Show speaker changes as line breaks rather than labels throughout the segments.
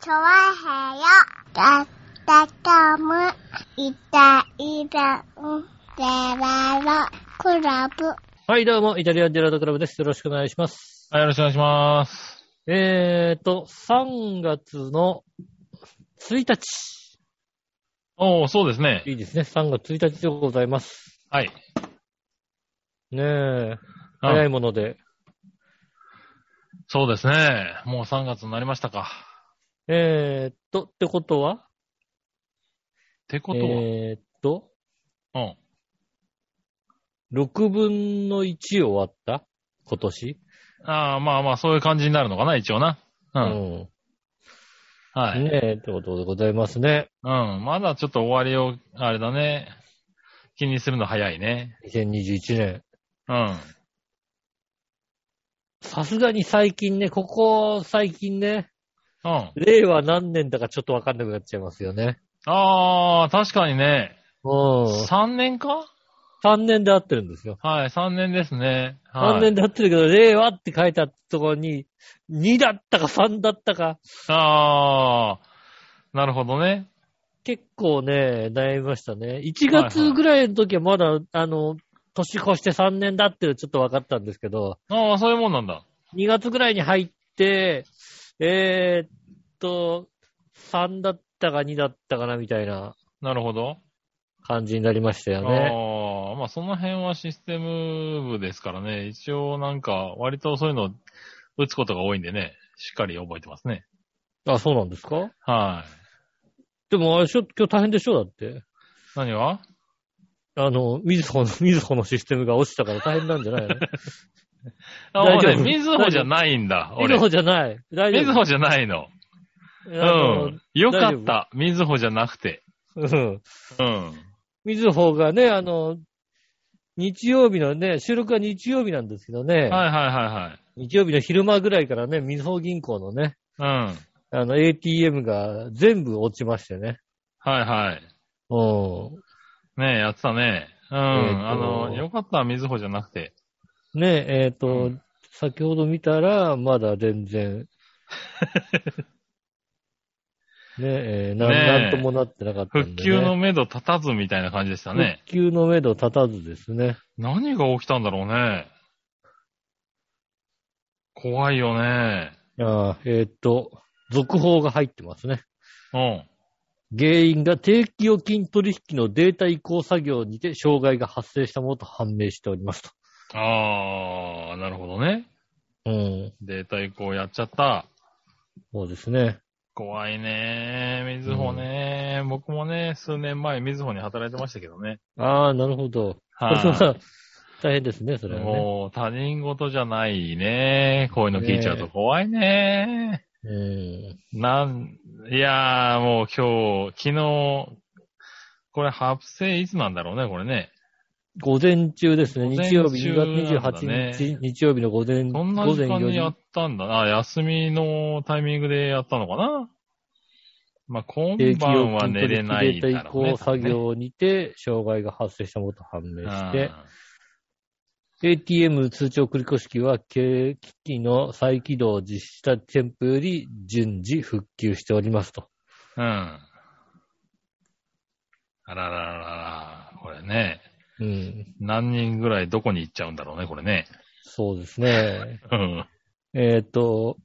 チョワヘヨだったかむいたいたんでららクラブ
はい、どうも、イタリアンジェラートクラブです。よろしくお願いします。
はい、よろしくお願いします。
えーと、3月の1日。
おー、そうですね。
いいですね。3月1日でございます。
はい。
ねえ、
うん
早いもので。
そうですね。もう3月になりましたか。
えーと、ってことは
ってことは、
えーと、
うん。
6分の1終わった今年。
ああ、まあまあ、そういう感じになるのかな、一応な。う。
うんん。
はい。
ねえ、ってことでございますね。
うん。まだちょっと終わりを、あれだね。気にするの早いね。
2021年。
うん。
さすがに最近ね、ここ最近ね、
うん。
令和何年だかちょっとわかんなくなっちゃいますよね。
ああ、確かにね。
うん。
3年か
3年で合ってるんですよ。
はい、3年ですね。はい、
3年で合ってるけど、令和って書いてあったところに、2だったか3だったか、
ああ、なるほどね。
結構ね、悩みましたね。1月ぐらいの時はまだ、あの、年越して3年だっていうのちょっと分かったんですけど、
ああ、そういうもんなんだ。
2月ぐらいに入って、えーっと、3だったか2だったかなみたいな
なるほど。
感じになりましたよね。
ああ、まあその辺はシステム部ですからね、一応なんか割とそういうの打つことが多いんでね、しっかり覚えてますね。
あ、そうなんですか
はい。
でもあれでしょ、今日大変でしょだって。
何が
あの、みずほの、みずほのシステムが落ちたから大変なんじゃないの
あ、
大
もう
丈夫
ね、みずほじゃないんだ、
みず
俺。
ほじゃない。大丈夫。
みずほじゃないの。
う
うん。よかった、みずほじゃなくて。
うん。
うん。
みずほがね、あの、日曜日のね、収録は日曜日なんですけどね、
はいはいは
日曜日の昼間ぐらいからね、みずほ銀行のね、
いはい。うん。
あの、ATM が全部落ちましてね。
はいはい。
う
ねえ、やってたね。うん。
えーと
あの、よかった、みずほじゃなくて。
ん。ね、えっ、と、
うん
先ほど見たら、まだ全 然。ねえーな
ねえ
なんともなってなかったんで、
復
ね。
旧の目処立たずみたいな感じでしたね。
復旧のめど立たずですね。
何が起きたんだろうね。怖いよね。
あーえっ、と、続報が入ってますね。
うん。
原因が定期預金取引のデータ移行作業にて障害が発生したものと判明しておりますと。
あー、なるほどね。
うん。
データ移行やっちゃった。
そうですね。
怖いね。みずほね、僕もね、数年前みずほに働いてましたけ どね。
ああ、なるほど。それは大変ですね、それはね。
もう他人事じゃないね。こういうの聞いちゃうと怖いね。
うん。
なん、いやーもう今日、昨日、これ発生いつなんだろうね、これね。
午前中ですね。
午前
日
中
曜日、2
なん
月
だ
28
ね
日、日曜日の午前、
そんな
午
時
前
間
4
にやっ
時。
たんだな。あ休みのタイミングでやったのかな。まあ、今
定期
晩
預
は
金
寝
取
れ
引
ない
デー
だ
タ移
ろうね。
行作
多
業にて障害が発生したものと判明
分ね
して、ATM 通帳繰越機は、経機器の再起動を実施した店舗より順次復旧しておりますと。
うん。うんあららららら、これね。
うん。
何人ぐらいどこに行っちゃうんだろうね、これね。
そうですね。
うん。
えっと、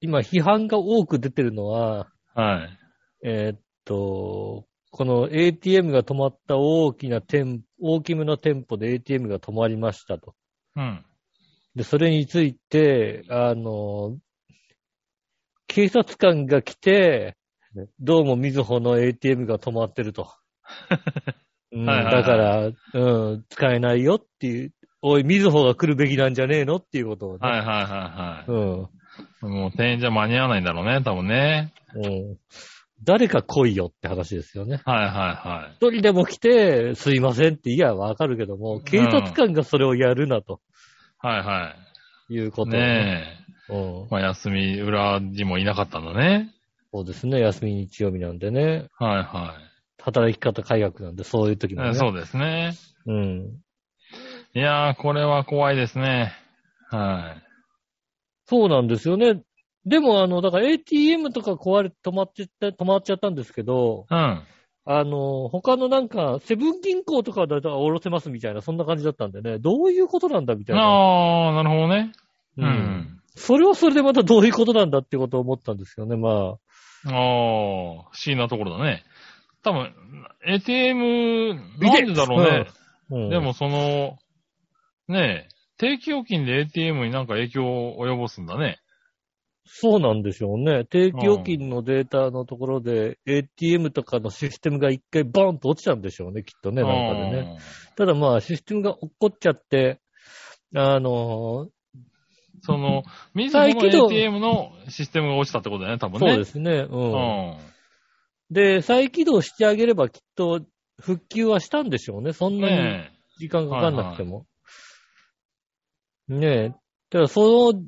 今批判が多く出てるのは、
はい。
えっと、この ATM が止まった大きな店、大きめの店舗で ATM が止まりましたと。
うん。
で、それについて、あの、警察官が来て、どうもみずほの ATM が止まってる と。うん
はいはいは
だ
い
から、うん、使えないよっていう、おい、みずほが来るべきなんじゃねえのっていうことをね。
はいはいは
うん
いはい。もう店員じゃ間に合わないんだろうね、多分ね。
うん、誰か来いよって話ですよね。
はいはいはい。
一人でも来て、すいませんって言えばわかるけども、警察官がそれをやるなと
はいは
いうこ
い。
と、
ねえ。
うん。
まあ、休み裏にもいなかったんだね。
そうですね。休み日曜日なんでね。
はいはい。
働き方改革なんで、そういう時も
え
ね。
そうですね。
うん。
いやー、これは怖いですね。は
そうなんですよね。でも、あの、だから ATM とか壊れて止まっちゃった、止まっちゃったんですけど、
うん。
あの、他のなんか、セブン銀行とかだと下ろせますみたいな、そんな感じだったんでね、どういうことなんだみたいな。
ああ、なるほどね。う
うん
ん。
それはそれでまたどういうことなんだってことを思ったんですよね、まあ。
ああ、不思議なところだね。多分、ATM、
見
な
て
んでだろうね。
うん、
でもその、ねえ、定期預金で ATM になんか影響を及ぼすんだね。
そうなんでしょうね。定期預金のデータのところで、ATM とかのシステムが一回バーンと落ちたんでしょうね、きっとね、なんかでね。ただまあ、システムが落っこっちゃって、あの
うんその、 みずほ
再起動
の ATM のシステムが落ちたってことだよね、多分ね。。
そうですすね、
う
うん。
ん。
で、再起動してあげればきっと復旧はしたんでしょうね。そんなに
ね
時間かかんなくても。ねえ。ただ、その、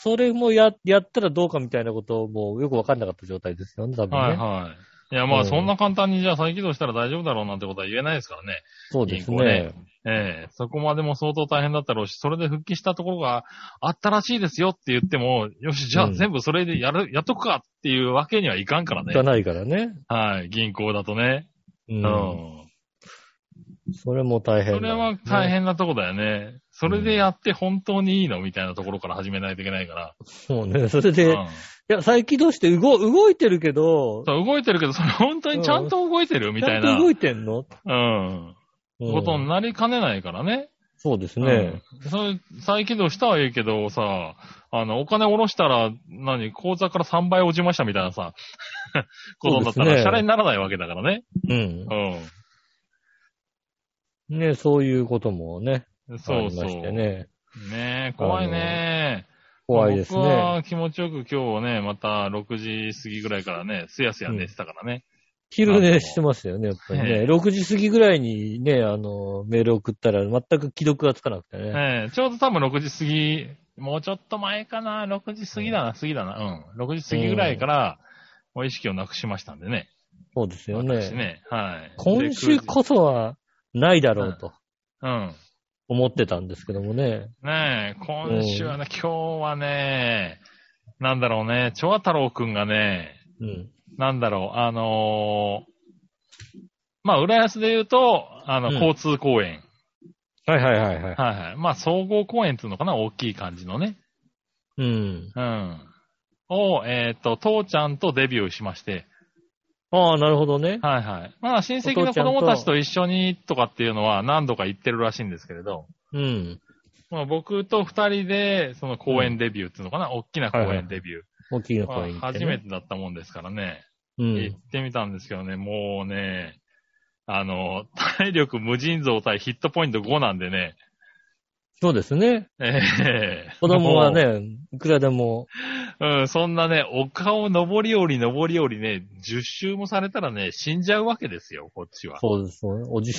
それもや、やったらどうかみたいなこともよくわかんなかった状態ですよね、多
え。
分ね。
はいはい。いや、ま
う
あ、
ん
そんな簡単にじゃあ再起動したら大丈夫だろうなんてことは言えないですからね。
そうです
銀行ね
ね。
ええ、そこまでも相当大変だったろうし、それで復帰したところがあったらしいですよって言っても、よし、じゃ
う
あ
ん
全部それでやる、やっとくかっていうわけにはいかんから
じゃ
ね。
ないからね。
はい、銀行だとね。
う。
うんん。
それも大変だ
それ
よ
は
ね、
大変なとこだよね。それでやって本当にいいのみたいなところから始めないといけないから。
そうね。それで、
う
い
ん
や、再起動して動、動いてるけど、
そう動いてるけど、それ本当にちゃんと動いてるみ
ち
た
ゃ
い
ん
な、
と
う
動
ん、
いてんの、うん
ことになりかねないからね。
そうですね。
うんそれ再起動したはいいけどさ、あの、お金下ろしたら、何、口座から3倍落ちましたみたいなさ、ことになっ
そ
た
う
ら、
です
シ
ね
ャレにならないわけだからね。
うん。
う
ね、そういうこともね、
ん。
あ
そう
り
そ
ま
う。
して
ね
ね。
え、怖いね
怖いです
僕
ね。
は気持ちよく今日ね、また6時過ぎぐらいからね、すやすや寝てたからね。
昼寝してましたよね、やっぱりね。
え
6時過ぎぐらいにね、あの、メール送ったら全く既読がつかなくてね。
ええちょうど多分6時過ぎ、もうちょっと前かな、6時過ぎだな、過ぎだな、うん。6時過ぎぐらいから、もう意識をなくしましたんでね。
そうですよ
私
ね。
ね。はい。
今週
で
こそはないだろうと
うん。
思ってたんですけどもね。
ねえ、今週はね、今日はね、なんだろうね、蝶太郎くんがね、
うん。
なんだろう、あのーまあ、浦安で言うと、あの、
うん
交通公園。
はいはいはいはい。
はいはい。まあ、総合公園っていうのかな、大きい感じのね。
うん。
うん。を、えっ、と、父ちゃんとデビューしまして、
ああ、なるほどね。
はいはい。まあ、親戚の子供たちと一緒にとかっていうのは何度か行ってるらしいんですけれど、
うん。
まあ、僕と二人で、その公園デビューっていうのかな、大きな公園デビュー。
大きいの
ま
声
あ
に、
初めてだったもんですからね、
う
行
ん。
ってみたんですけどね、もうね、あの、体力無尽蔵対ヒットポイント5なんでね、
そうですね。
ええ
子供は、ね、いくらでも。
もううん、そんなね、丘を登り降り登り降りね、10周もされたらね、死んじゃうわけですよ、こっちは。
そうです、そうねおじ、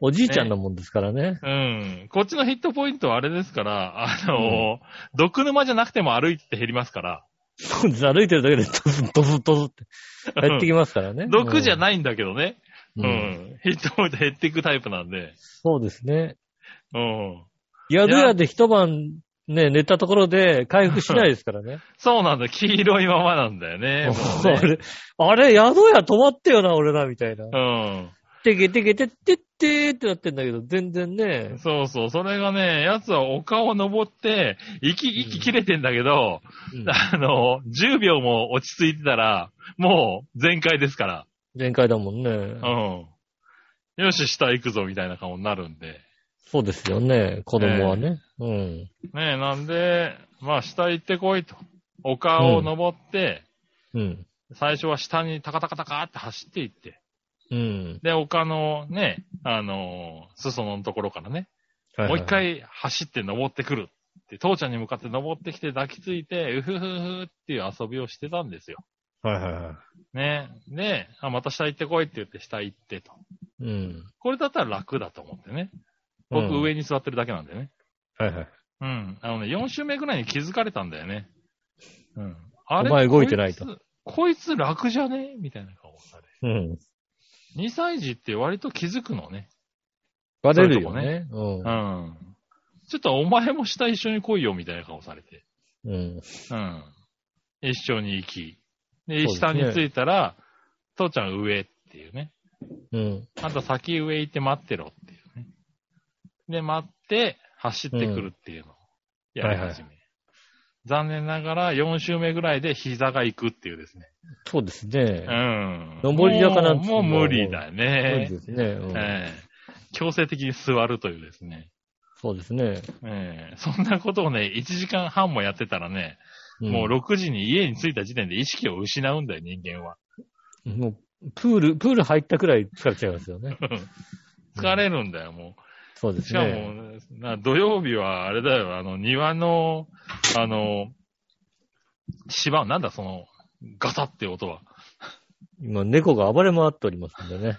おじいちゃんなもんですからね。
うん。こっちのヒットポイントはあれですから、あの、毒沼じゃなくても歩いて減りますから、
そうです、歩いてるだけでドズンドズンドズンって入ってきますからね。
毒じゃ
い。
ないんだけどね、
う
う。
んん。
ヒットポイント減っていくタイプなんで、
そうですね。
うん。
宿屋で一晩ね、寝たところで回復しないですからね。
そうなんだ。黄色いままなんだよね。もう
あ
ね
れ、あれ、宿屋止まってよな、俺ら、みたいな。てけてけてってってってなってんだけど、全然
うん。
ね。
そうそう。それがね、奴は丘を登って、息、息切れてんだけど、
うん
あの、10秒も落ち着いてたら、もう全開ですから。
全開だもんね。
うん。よし、下行くぞ、みたいな顔になるんで。
そうですよね、子供はね。
ねえ、なんで、まあ、下行ってこいと。丘を登って、
うん。うん。
最初は下にタカタカタカって走っていって。
うん。
で、丘のね、あの裾野のところからね、
はいは
もう
い
一。回走って登ってくるって、父ちゃんに向かって登ってきて抱きついて、うふふふっていう遊びをしてたんですよ。
はいはいは
ね。で、あ、また下行ってこいって言って下行ってと。
い。うん。
これだったら楽だと思ってね。僕
うん
上に座ってるだけなんだよね。
はいはい。
うん。あのね、4周目ぐらいに気づかれたんだよね。うん。あ
お前動いてないと
こつこいつ楽じゃねみたいな顔をされ。
うん。
2歳児って割と気づくのね。
バレるよ
そうい
ね。うん
うん。ちょっとお前も下一緒に来いよみたいな顔されて。
うん。
うん。一緒に行き、
そう
で、
ですね
下に着いたら、父ちゃん上っていうね。
うん。
あんた先上行って待ってろっていうね。で、待って、走ってくるっていうのをやり始め。残念ながら、4周目ぐらいで膝が行くっていうですね。
そうですね。
うん。
上り坂なんて
もうもう無理だよ
そう
ね。
ですね。うん
ええ強制的に座るというですね。
そうですね。
ええそんなことをね、1時間半もやってたらね、
うん
もう6時に家に着いた時点で意識を失うんだよ、人間は。
もう、プール、プール入ったくらい疲れちゃいますよね。
疲れるんだよ、もう。
そうで
し
す
かも、
ね。
な土曜日はあれだよ、あの、庭の、あの、芝、なんだその、ガサって音は。
今、猫が暴れ回っておりますんで ね。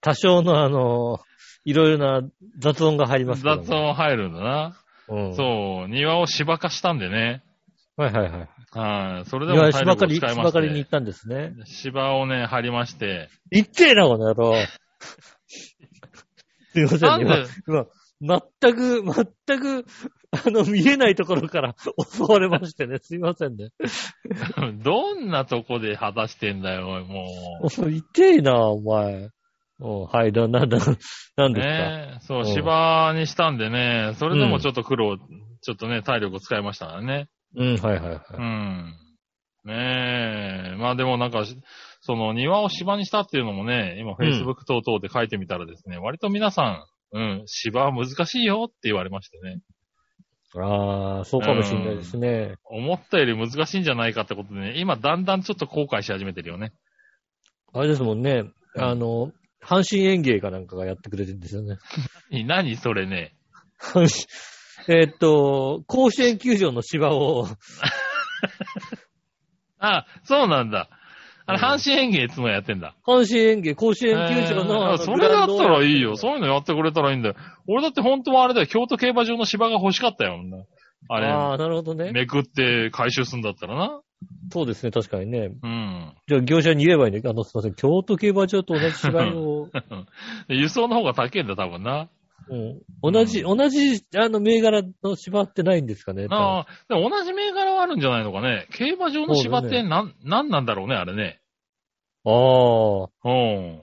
多少の、あの、いろいろな雑音が入りますから、ね。
雑。音入るんだな。
うん。
そう、庭を芝化したんでね。
はいはいはい。
はい、それで
いや、
も
し
体
ばか
力を
り、し
使いま
ば
し
かりに行っ、
て
たんですね。
芝をね、張りまして、
行ってえな、この野 郎。すいませ
なん
ん、
で
今、今、全く、全く、あの、見えないところから襲われましてね。すいませんね。
どんなとこで果たしてんだよ、おいも
おい痛えな、お前。おはい、だ、なんだ、なん
う。
ですか。
ねそうう、
ん
芝にしたんでね、それでもちょっと苦労、ちょっとね、体力を使いましたからね。
うん、はいはいはい。
うん。ねえ。まあでもなんかし、その庭を芝にしたっていうのもね、今
うん
Facebook 等々で書いてみたらですね、割と皆さん、うん、芝は難しいよって言われましてね。
ああ、そうかもしれないですね。
思ったより難しいんじゃないかってことでね、今だんだんちょっと後悔し始めてるよね。
あれですもんね。
うん
あの、阪神園芸かなんかがやってくれてるんですよね。
何何それね。
阪神えーっと、甲子園球場の芝を、
あ、そうなんだ。あれ、
うん
阪神園芸いつもやってんだ。
阪神園芸、甲子園球場の、
えー
あの
それだったらいいよ。
グ
そういうのやってくれたらいいんだよ。俺だって本当はあれだよ。京都競馬場の芝が欲しかったよ。あれ、
ラウンドをああ、なるほどね。
めくって回収すんだったらな。
そうですね、確かにね。
うん。
じゃあ、業者に言えばいいね。あの、すいません、京都競馬場と同じ芝居 を、
で輸送の方が高いんだ、多分な。
うん同じ、同じ、あの、銘柄の芝ってないんですかね。
ああ、でも同じ銘柄はあるんじゃないのかね。競馬場の芝っ
そうだ
てなん、なんなんだろうね、あれね。
あー、
うん。
競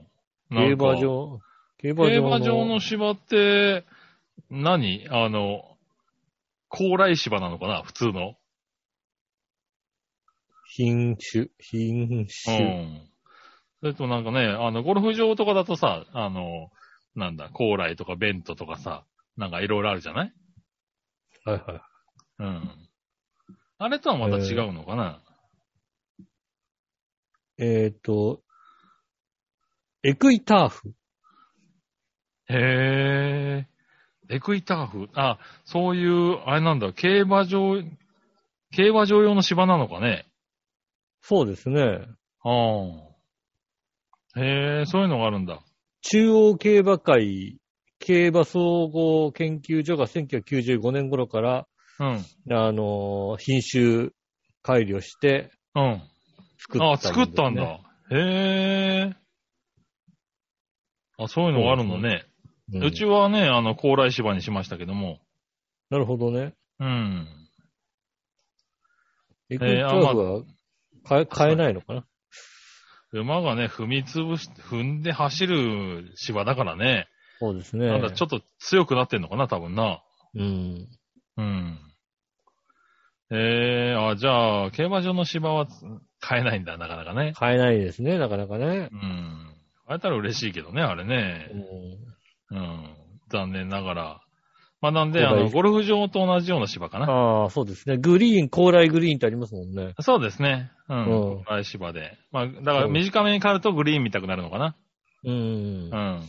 なんか
馬。場。競
競馬場の芝って、何あの、高麗芝なのかな、普通の。
品種、品
う
種。
ん。それともなんかね、あの、ゴルフ場とかだとさ、あの、なんだ、高麗とかベントとかさ、なんかいろいろあるじゃない
はいはい。
うん。あれとはまた違うのかな、
えっ、と、エクイターフ。
へえ。エクイターフあ、そういう、あれなんだ、競馬場、競馬場用の芝なのかね。
そうですね。
うん。へえ、そういうのがあるんだ。
中央競馬会競馬総合研究所が1995年頃から、
うん。
あのー品種改良して
うん。
作った、
あ、作ったんだ。。へえ。あ、そういうのがあるのね。
う
うんちはね、あの、高麗芝にしましたけども。
なるほどね。
うん。
エクイターフは変え変えないのかな
馬がね、踏み潰し、踏んで走る芝だからね。
そうですね。
なんだ、ちょっと強くなってんのかな、多分な。
うん。
うん。ええあ、じゃあ、競馬場の芝はつ買えないんだ、なかなかね。
変えないですね、なかなかね。
うん。買えたら嬉しいけどね、あれ
う
ね。
ん
うん。残念ながら。まあ、なんで、あ
そうだ
の、
い
ゴルフ場と同じような芝かな。
ああ、そうですね。グリーン、高麗グリーンってありますもんね。
そうですね。う
うんん。
高い芝で。まあ、だから短めに刈るとグリーンみたくなるのかな。
うん
う。ん。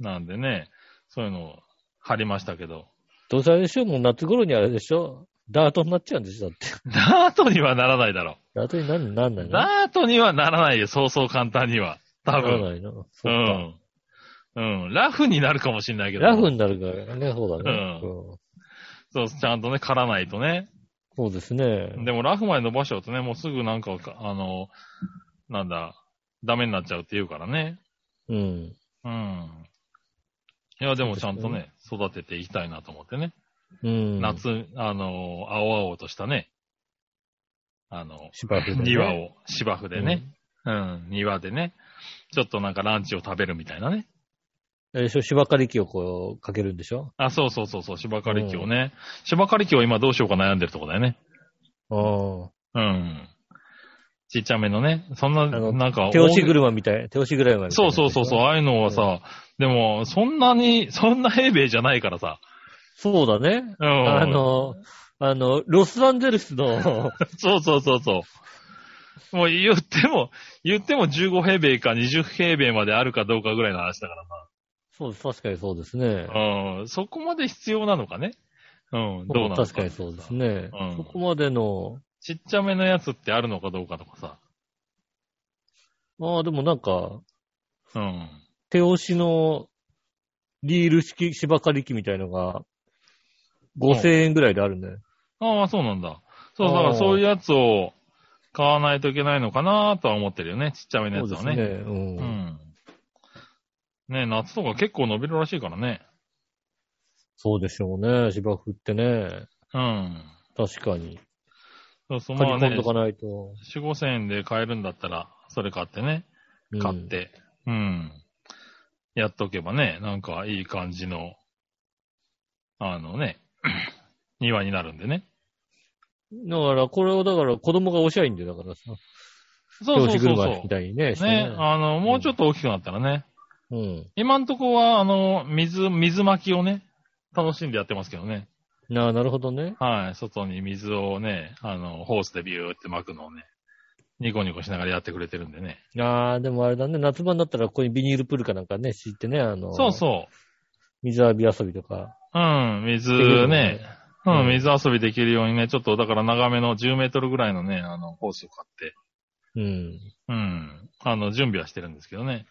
なんでね、そういうのを貼りました けど。
どうせあれでしょもう夏頃にあれでしょダートになっちゃうんでしょだっ て。
ダートにはならないだろ
ダートになんなんな
う。
いの
ダートにはならないよ、そうそう簡単には。多
な
分。
らないの。
う
そっか。
ん。うん。ラフになるかもしれないけど。
ラフになるからね、そうだね。
う
うん
そう、ちゃんとね、刈らないとね。
そうですね。
でもラフまで伸ばしちゃうとね、もうすぐなんか、あの、なんだ、ダメになっちゃうって言うからね。
うん。
うん。いや、でもちゃんとね、育てていきたいなと思ってね。
うん。
夏、あの、青々としたね、あの、
芝生でね
庭を、芝生でね、うん、庭でね、ちょっとなんかランチを食べるみたいなね。
えー、しょ芝刈り機をこう、かけるんでしょ
あ、そうそうそうそう、芝刈り機をね。芝刈り機を今どうしようか悩んでるとこだよね。
あ
うん。ちっちゃめのね、そんな、
の
なんか
あ。、手押し
大
車みたい。手押し車みたいな。
そうそうそうそう、
う。
ああいうのはさ、でも、そんなに、そんな平米じゃないからさ。
そうだね。
うん。
あの、あの、ロスアンゼルスの、
そうそうそうそう。もう言っても、言っても15平米か20平米まであるかどうかぐらいの話だから
そうです、確かにそうですね。
な。うん。そこまで必要なのかね。うん。どうなの
確かにそうです。ね。
うん
そこまでの、
ちっちゃめのやつってあるのかどうかとかさ。
ああ、でもなんか、
うん。
手押しのリール式芝刈り機みたいのが、5000円ぐらいであるね。
ああ、そうなんだ。そう、
あ
だ
ー
からそういうやつを買わないといけないのかなとは思ってるよね。ちっちゃめの
そ
や
う
つ
で
は
すね。
ね。
う。
うんん。ね夏とか結構伸びるらしいからね。
そうでしょうね。芝生ってね。
うん。
確かに。
そうそう、
刈り
まあ
込ん
ね
と、かないと。
4、5千円で買えるんだったら、それ買ってね。
うん
買っ。て、うん。やっとけばね、なんかいい感じの、あのね、 庭になるんでね。
だから、これをだから子供が押しゃいいんで、だからさ。
そうそうそう
手押し車み
そ
たいにね。し
う。
て
ね、あの、もうちょっと大きくなったらね、
うん。
今んとこは、あの、水、水巻きをね、楽しんでやってますけどね。
なあ、なるほどね。
はい、外に水をね、あの、ホースでビューって巻くのをね、ニコニコしながらやってくれてるんでね。
ああ、でもあれだね。夏場になったらここにビニールプールかなんかね、敷いてね、あの、
そうそう。
水浴び遊びとか。
うん、水
できるよ
ね
ね。
う、
うんん
水遊びできるようにね、ちょっとだから長めの10メートルぐらいのね、あの、ホースを買って、
うん。
うん、あの、準備はしてるんですけどね。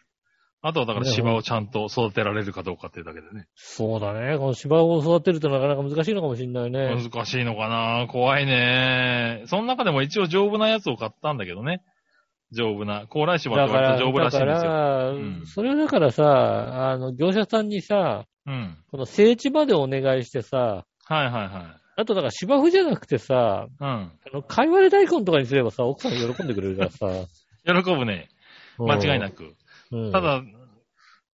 あとはだから芝をちゃんと育てられるかどうかっていうだけでね。
そうだね。この芝を育てるとなかなか難しいのかもしれないね。
難しいのかな怖いね。その中でも一応丈夫なやつを買ったんだけどね。丈夫な。高麗芝
だ
って
か
割
ら、
と丈夫らしいんで
だ
す
か
よ。
ら
うん
それはだからさ、あの、業者さんにさ、
うん。
この整地までお願いしてさ、
はいは
あとだから芝生じゃなくてさ、
いはい。
あの、かいわれ大根とかにすればさ、奥さん喜んでくれるからさ。
うん。喜ぶね。 間違いな
く。
く。
うん
た、だ、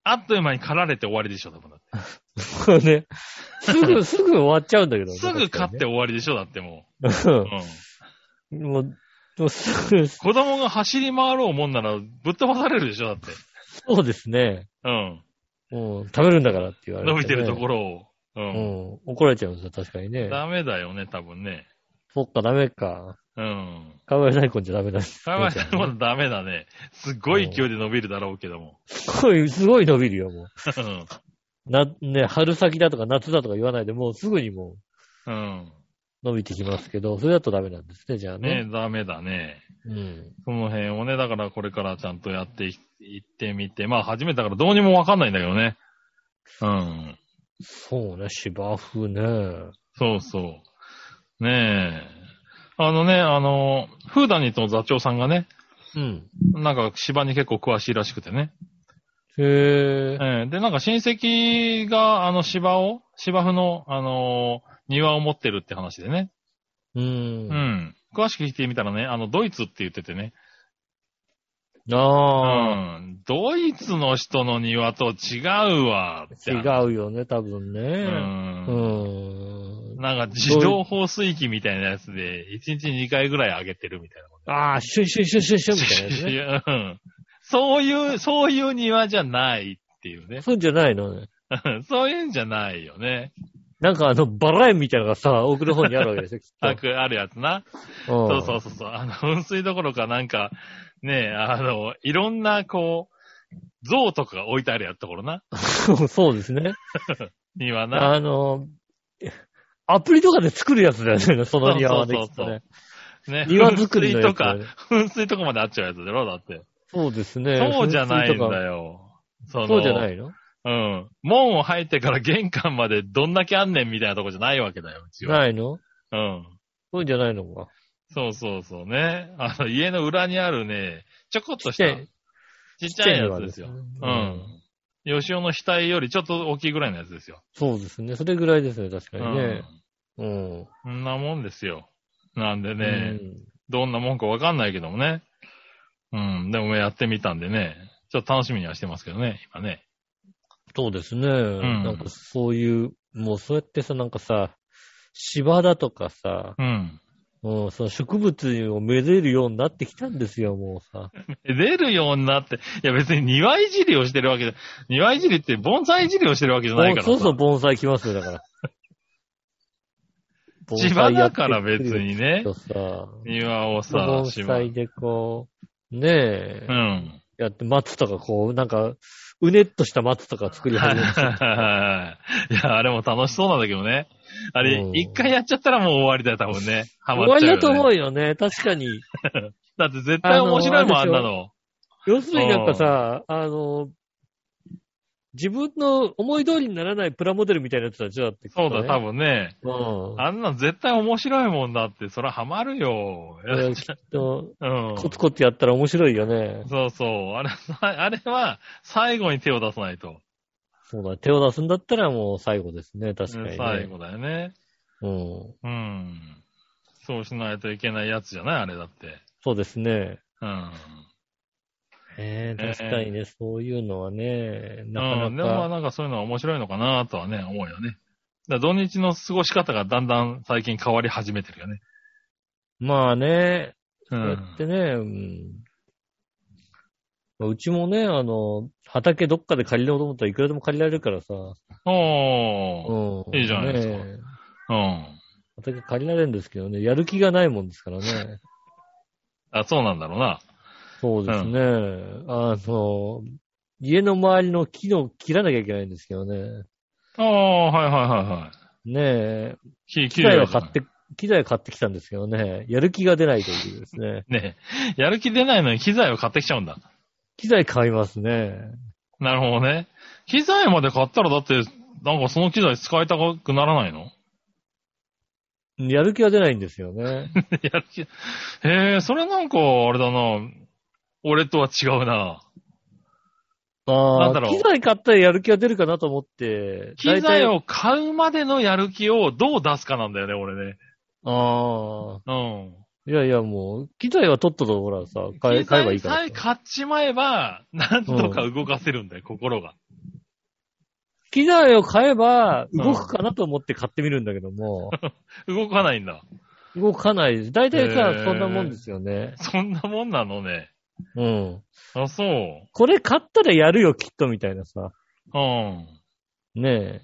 あっという間に刈られて終わりでしょ、多分だって。
そうね。すぐ、すぐ終わっちゃうんだけどね。
すぐ刈って終わりでしょ、だっても
確か
う。うん。
にね。もう、もうすぐ、
子供が走り回ろうもんならぶっ飛ばされるでしょ、だって。
そうですね。
うん。
うん、食べるんだからって言われて、
伸びてるところを。う
ろ
ん。
うん、怒られちゃうんですよ、確かにね。
ダメだよね、多分ね。
そっか、ダメか。
うん。
かわい大根じゃダメだ。す
考えたことダメだね。すごい勢いで伸びるだろうけども。
ごい、すごい伸びるよ、も
うん
う。な、ね、春先だとか夏だとか言わないで、もうすぐにも
うん。
う伸びてきますけど、それだとダメなんですね、じゃあ
ね
ね。、
ダメだね。
うん。
その辺をね、だからこれからちゃんとやっていいってみて、まあ初めてだからどうにもわかんないんだけどね。うん。
そうね、芝生ね。
そうそう。ねえ。あのね、あの、フーダニットの座長さんがね、
うん。
なんか芝に結構詳しいらしくてね。
へえ。
ええで、なんか親戚が、あの、芝を、芝生の、あのー庭を持ってるって話でね。
う。
うんん。詳しく聞いてみたらね、あの、ドイツって言っててね。う
ああ。
ん。ドイツの人の庭と違うわ、って。
違うよね、多分
う。
ね。うんん。
なんか自動放水機みたいなやつで、1日2回ぐらい上げてるみたいな。
ああ、シュンシュンシュンシュンシュンみたいなやつ
い
ね。
やうんそういう、そういう庭じゃないっていうね。
そうじゃないのね。
そういうんじゃないよね。
なんかあの、バラ園みたいなのがさ、奥の方にあるわけですよ、きっ
あくあるやつな。
と。
そうそうそうそう。あの、噴水どころかなんか、ねえ、あの、いろんな、こう、像とかが置いてあるやつところな。
そう。そうですね。
庭な。
あの、アプリとかで作るやつだよね、その庭はね、
そう
き
そ
っ
うそう
とね。
ね、
庭作りの
噴水
や
と
つだ
か
よね、
噴水とかまであっちゃうやつだろ、だって。
そうですね。
そうじゃないん
噴水
だ
とか
よ。その
そうじゃないの
うん。門を入ってから玄関までどんだけあんねんみたいなとこじゃないわけだよ、うちは。
ないの
うん。
そうじゃないのか。
そうそうそうね。あの、家の裏にあるね、ちょこっとした、
ち
ちっちゃいやつですよ。
ちっち
う
ゃいのはですね
ん。吉尾の額よりちょっと大きいぐらいのやつですよ。
そうですね。それぐらいですね、確かにね。
う
う
ん
ん。
そんなもんですよ。なんでね、どんなもんかわかんないけどもね。うん。でもやってみたんでね。ちょっと楽しみにはしてますけどね、今ね。
そうですね。
ん
なんかそういう、もうそうやってさ、なんかさ、芝だとかさ、
うん。
もうその植物をめでるようになってきたんですよ、もうさ。
出るようになって。いや別に庭いじりをしてるわけじゃ、庭いじりって盆栽いじりをしてるわけじゃないからさ。
そうそう、盆栽来ますよ、だ から。
千葉だから別にね
盆。栽やって
庭を
くれる
さ、
とさ、盆
芝。
栽でこう、ねえ、
うん。
やって、松とかこう、なんか、うねっとした松とか作り
は
始
い
めた。
はいや、あれも楽しそうなんだけどね。あれ
う、ん
一回やっちゃったらもう終わりだよ、多分ね。ハ
終
マ
わ
っ
り
ちゃ
だ
うよ、ね。
と思うよね、確かに。
だって絶対面白いもん、あ
あ
ん
の
なの。
要するになんかさ、あの、自分の思い通りにならないプラモデルみたいなやつだじゃだって、
そうだ、多
きっ
分ね。
とね。
あんなの絶対面白いもんだって、そらハマるよ。
うん。きっと、
うん。
コツコツやったら面白いよね。
そうそう。あれ、 あれは最後に手を出さないと。
そうだ、手を出すんだったらもう最後ですね、確かに、ね。
最後だよね。
うん。
うん。そうしないといけないやつじゃないあれだって。
そうですね。
うん。
えー、
ね
確かにね、そういうのはね、なかなか。
うん。でもまあなんかそういうのは面白いのかなとはね、思うよね。だから土日の過ごし方がだんだん最近変わり始めてるよね。
まあね、
う
こうやっ
ん。
てね、うんまあうちもね、あの、畑どっかで借りようと思ったらいくらでも借りられるからさ。
おー。
うん。
いいじゃないですか
ねえ
うん。
畑借りられるんですけどね、やる気がないもんですからね。
あ、そうなんだろうな。
そうですね。あの、家の周りの木を切らなきゃいけないんですけどね。
ああ、はいはいはいはい。
ねえ、
きき
機
れい
材は
だじ
買
ゃな
っ
い
て、機材は買ってきたんですけどね、やる気が出ないというですね。
ねえやる気出ないのに機材を買ってきちゃうんだ。
機材買いますね。
なるほどね。機材まで買ったらだって、なんかその機材使いたくならないの
やる気が出ないんですよ ね。
やる気。へえそれなんか、あれだな。俺とは違うな。な
あ
んだ
あ、
ろう
機材買ったらやる気が出るかなと思って。
機材
大体。
を買うまでのやる気をどう出すかなんだよね、俺ね。
ああ。
うん。
いやいや、もう、機材は取っとと、ほらさ、買え
機
買えばいい
材
から
さ
さ。
え買っちまえば、なんとか動かせるんだよ、心が。
機材を買えば、
うん
動くかなと思って買ってみるんだけど も、
動かないんだ。
動かないです。大体
へー
さ、そんなもんですよね。
そんなもんなのね。
うん。
あ、そう。
これ買ったらやるよ、きっと、みたいなさ。
うん。
ね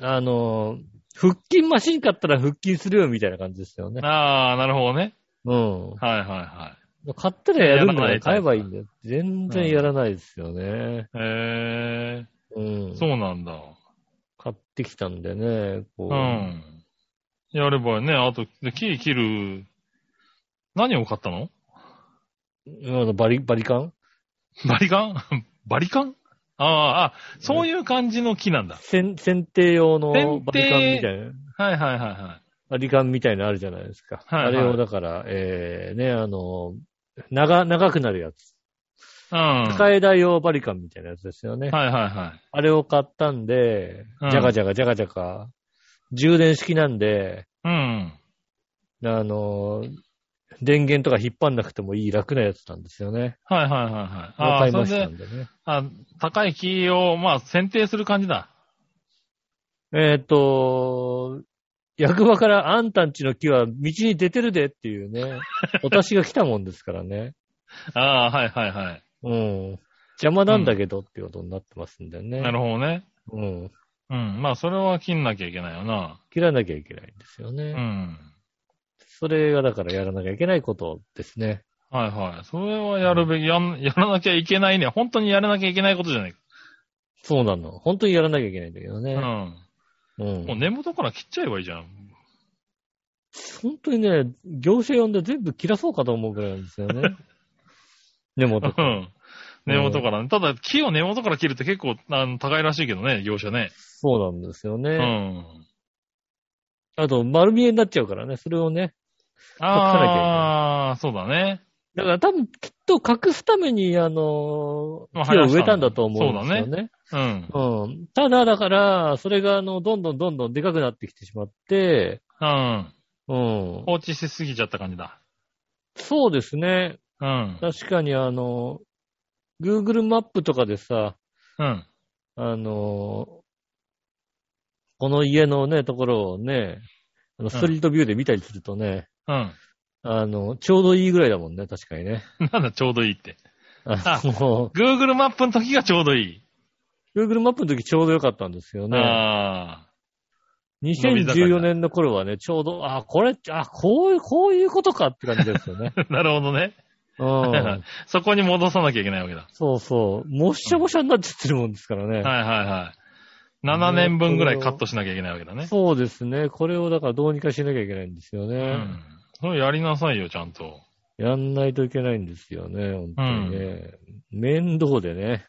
え。あのー、腹筋マシン買ったら腹筋するよ、みたいな感じですよね。
ああ、なるほどね。
うん。
はいはいは
買ったらやるんだか
やらない
ら買えばいいんだよ。全然やらないですよね。
い。へ
うん。
え、そうなんだ。
買ってきたんでね、こう。
うん。やればね、あと、で木切る、何を買ったの
あのバリ、バリカン
バリカン バリカンああ、あ、そういう感じの木なんだ。
剪剪定用のバ
剪定
リカンみたいな。
はいはいはいは
バリカンみたいなのあるじゃないですか。
はいはい
あれをだから、えー、ね、あの、長、長くなるやつ。
い。うん。
使え台用バリカンみたいなやつですよね。
はいはいはい。
あれを買ったんで
うん、
じゃがじゃがじゃがじゃが、充電式なんで、
うん。
あの、電源とか引っ張んなくてもいい楽なやつなんですよね。
はいはいはいはい。あ
買
あ、
い
それ
ました
で
ん、でね。
あ高い木を、まあ、剪定する感じだ。
えーっ、と、役場からあんたんちの木は道に出てるでっていう ね、私が来たもんですからね。
ああ、はいはいはい。
うん。邪魔なんだけどっていうことになってますんでね。
なるほどね。
うん。
うん。まあ、それは切んなきゃいけないよな。
切らなきゃいけないんですよね。
うん。
それがだからやらなきゃいけないことですね。
はいはい。それはやるべき、やん、やらなきゃいけないね。本当にやらなきゃいけないことじゃないか。
そうなの。本当にやらなきゃいけないんだけどね。うん。
うん。もう根元から切っちゃえばいいじゃん。
本当にね、業者呼んで全部切らそうかと思うくらいなんですよ ね。根元
う。ん。根元からね。ただ、木を根元から切るって結構、あの、高いらしいけどね、業者ね。
そうなんですよね。
うん。
あと、丸見えになっちゃうからね、それをね。
ああ、そうだね。
だから多分、きっと隠すために、あの
まあ
ー、木を植えたんだと思うんですよね。
そううん。
うん。ただ、だから、それが、あの、どんどんどんどんでかくなってきてしまって、
うん。
うん。
放置しすぎちゃった感じだ。
そうですね。
うん。
確かにあの、Google マップとかでさ、
うん。
あの、この家のね、ところをね、あのストリートビューで見たりするとね、
うん。
あの、ちょうどいいぐらいだもんね、確かにね。
なんだ、ちょうどいいって。
あの、
Google マップの時がちょうどいい。
Google マップの時ちょうどよかったんですよね。
あ
2014年の頃はね、ちょうど、あ、これ、あ、こういう、こういうことかって感じです よね。
あ。なるほどね。
うん。
そこに戻さなきゃいけないわけだ。
そうそう。もっしゃもしゃになっちゃってるもんですからね。
はいはいはい。7年分ぐらいカットしなきゃいけないわけだね。
そうですね。これをだからどうにかしなきゃいけないんですよね。
うん。それやりなさいよ、ちゃんと。
やんないといけないんですよね、本当にね。面倒でね。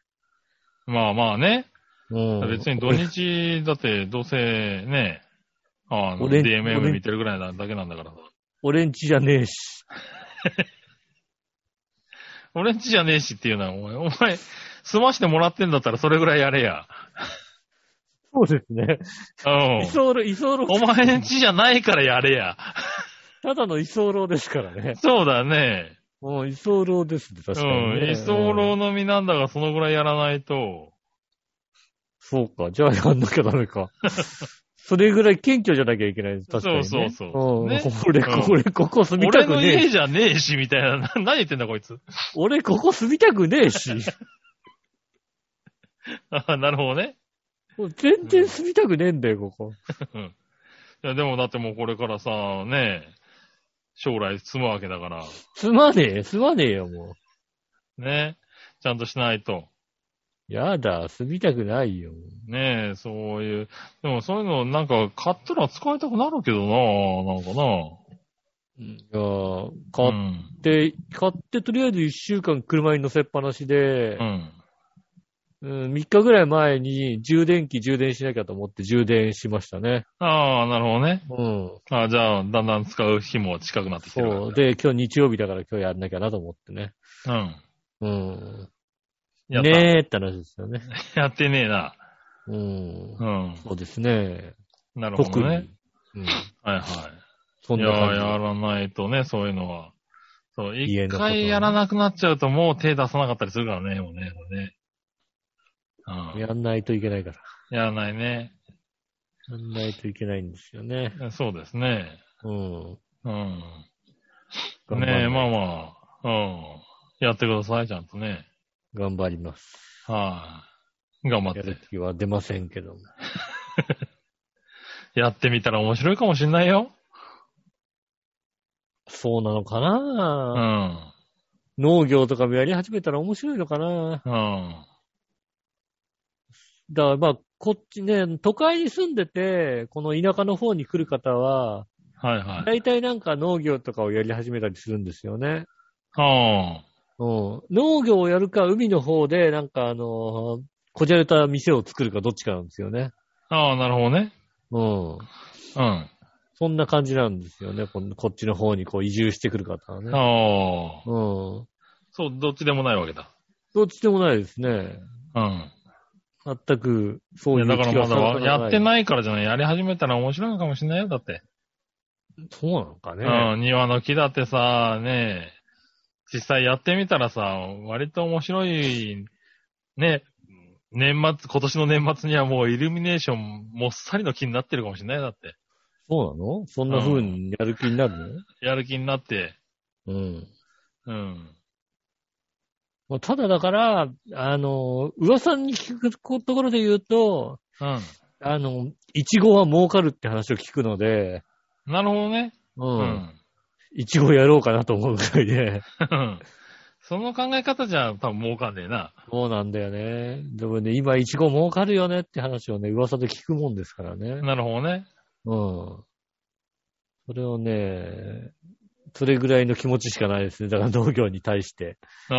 まあまあね。
うん。
別に土日、だってどうせね、あの、
俺ん
DMM
俺ん
見てるぐらいなだけなんだからさ。
俺んちじゃねえし。
俺んちじゃねえしっていうのは、お前、お前、 済ましてもらってんだったらそれぐらいやれや。
そうですね。
うん
居。候、居候、
お前んちじゃないからやれや。
ただの居候ですからね。
そうだね。
うん、居候ですね、確かに、
うん。
ね。
居
う
候
ん
の身なんだが、そのぐらいやらないと。
そうか。じゃあやんなきゃダメか。 それぐらい謙虚じゃなきゃいけないです。確かに、ね。
そうそうそう
うん。
ね
俺、
うん
こ俺、ここ住みた
俺
く
の
ねえ
家じゃねえし、みたいな。な 何言ってんだ、こいつ。
俺、ここ住みたくねえし。
あなるほどね。
もう全然住みたくねえんだよ、ここ。
いや、でもだってもうこれからさ、ね将来住むわけだから、
住まねえ、住まねえよ、も
ねちゃんとしないと。
う。やだ、住みたくないよ。
ねえ、そういう。でもそういうの、なんか、買ったら使いたくなるけどななんかな
うんいやー
う
買っ
ん。
て、買ってとりあえず1週間車に乗せっぱなしで
う、ん。
うん、3日ぐらい前に充電器充電しなきゃと思って充電しましたね。
ああ、なるほどね。
うん。
あじゃあ、だんだん使う日も近くなってきてるから
そう。で、今日日曜日だから今日やんなきゃなと思ってね。
うん。
うん。
やった。
ねえって話ですよね。
やってねえな。
うん
う。ん。
そうですね。
なるほ
特
ど
に。
ね。
うん。
はいはい。
そん
い
な
や
感
ー、
じ。
やらないとね、そういうのは。そう、
家の
一
ことはね
回やらなくなっちゃうともう手出さなかったりするからね、もうね。もうねうん、や
やんないといけないから。
らないね。
やんないといけないんですよね。
そうですね。
うん。
うん。
頑張んない
ねえ、まあまあ、うん。やってください、ちゃんとね。
頑張ります。
はい、頑張っ
やる
て。
気は出ませんけども。
やってみたら面白いかもしんないよ。
そうなのか
う
な、
ん。
農業とかもやり始めたら面白いのかな
うん。
だからまあ、こっちね、都会に住んでて、この田舎の方に来る方は、
はいはい。
大体なんか農業とかをやり始めたりするんですよね。
うん。
うん。農業をやるか、海の方で、なんかあのーこじゃれた店を作るかどっちかなんですよね。
ああ、なるほどね。
うん。
うん。あ
そんな感じなんですよね。こんこっちの方にこう移住してくる方はね。
あ。
うん。
そう、どっちでもないわけだ。
どっちでもないですね。
うん。
全く、そう
い
い
や、
う
だからまだ
気
わ
が
やってないからじゃない。やり始めたら面白いのかもしれないよ、だって。
そうなのかね。
うん、庭の木だってさ、ねえ、実際やってみたらさ、割と面白い、ね、年末、今年の年末にはもうイルミネーションもっさりの木になってるかもしれないよ、だって。
そうなのそんな風にやる気になるの、
やる気になって。
うん、
うん。
まあただだから、あの、噂に聞くところで言うと、
うん。
あの、イチゴは儲かるって話を聞くので、
なるほどね。
う。
うんん。
イチゴやろうかなと思うぐらいで。
その考え方じゃ多分儲かんねえな。
そうなんだよね。でもね、今イチゴ儲かるよねって話をね、噂で聞くもんですからね。
なるほどね。
うん。それをね、それぐらいの気持ちしかないですね。だから農業に対して。
あ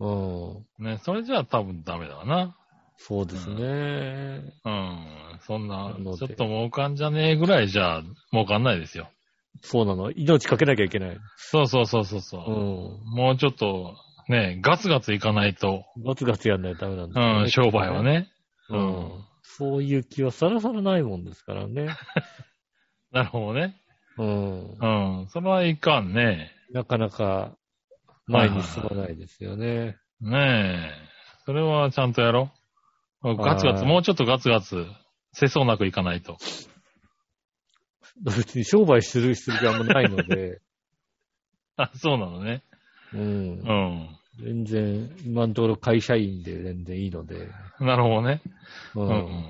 うん。
あ。ね、それじゃあ多分ダメだわな。
そうですね。
うん。そんな
な、ので
ちょっと儲かんじゃねえぐらいじゃ儲かんないですよ。
そうなの。命かけなきゃいけない。
そうそうそうそう
う
そう、
ん。
もうちょっと、ね、ガツガツいかないと、
ガツガツやんないとダメなん
う
だよ
ん、商売は。ね。
う。
うん
そういう気はさらさらないもんですからね。
なるほどね。
うん。
うん。それはいかんね。
なかなか前に進まないですよね。
ねえ。それはちゃんとやろう。ガツガツ、
はい
もうちょっとガツガツ、せそうなくいかないと。
別に商売する必要があんまないので、
あ、そうなのね。
う。
うんん。
全然、今のところ会社員で全然いいので。
なるほどね。
う。
うんん。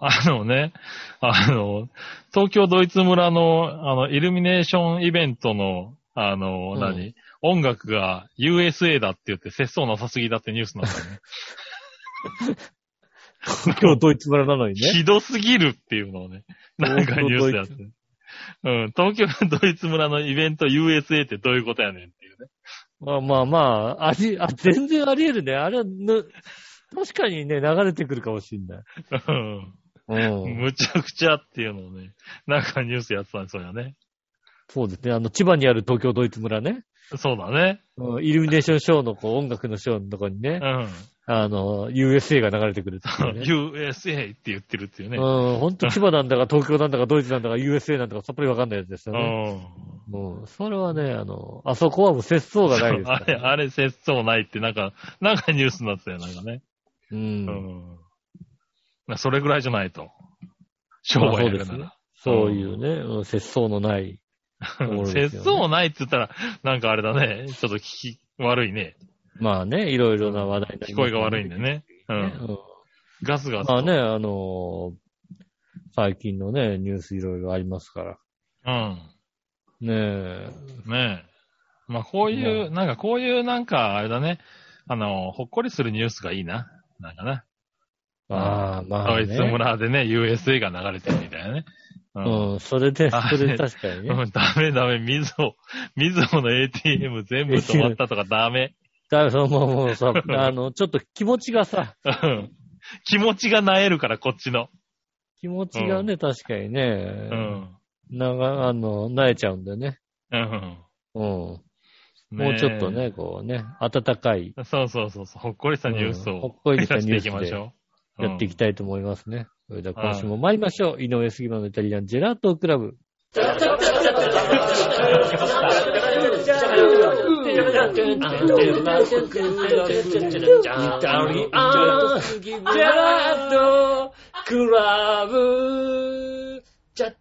あのね、あの、東京ドイツ村の、あの、イルミネーションイベントの、あの、
うん
何音楽が USA だって言って、節操なさすぎだってニュースになった ね。
今日ドイツ村なのに ね。
ひどすぎるっていうのをね、なんかニュースでやってる。うん、東京ドイツ村のイベント USA ってどういうことやねんっていうね。
まあまあまあ、あり、 あ、全然あり得るね。あれはぬ、確かにね、流れてくるかもしんない。
うん。
うん。
むちゃくちゃっていうのをね、なんかニュースやってたんですよね。
そうですね。あの、千葉にある東京ドイツ村ね。
そうだね。
うん、イルミネーションショーのこう音楽のショーのとこに
う
ね、
ん。
あの、USA が流れてくるって いうね
USA って言ってるっていうね。
うん、ほんと千葉なんだか東京なんだかドイツなんだか USA なんだかさっぱりわかんないやつです
う
よね。
ん。
もう、それはね、あの、あそこはもう節操がないです
あ
から
れ、あれ、節操ないって、なんか、なんかニュースになってたよ、なんかね。
う。
うんん。まあそれぐらいじゃないと。商売やるな
ま
ら。
そういうね、うん節操のない。そうですよね
節操ないって言ったら、なんかあれだね。ちょっと聞き、悪いね。
まあね、いろいろな話題になり
聞
ます
こえが悪いんで。ね。う。
うんん。
ガスガスと。
まあね、あの、最近のね、ニュースいろいろありますから。ねえ。
うん。ねえ。まあこういう、なんかこういうなんかあれだね。あの、ほっこりするニュースがいいな。なんかな。
まあま
ド
あ
イツ
ね。
村でね、USA が流れてるみたいなね。う
うん、それで、
あ
それで確かにね。
うん、ダメダメ、みずほ、みずほの ATM 全部止まったとかダメ。
だからそのもうもう さ、あの、ちょっと気持ちがさ、
うん気持ちが萎えるから、こっちの。
気持ちがね、確かにね、
うん。
なが、あの、慣れちゃうんだよね。
うん。
うん。もうちょっとね、こうね、温かい、
え。そうそうそうそう、ほっこりしたニュース
うんほっ
を、
こりしたニュース
していき
で
ましょう。
やっていき
た。
たいと思いますね。それでは今週も参りましょう。井上杉村のイタリアンジェラートクラブ。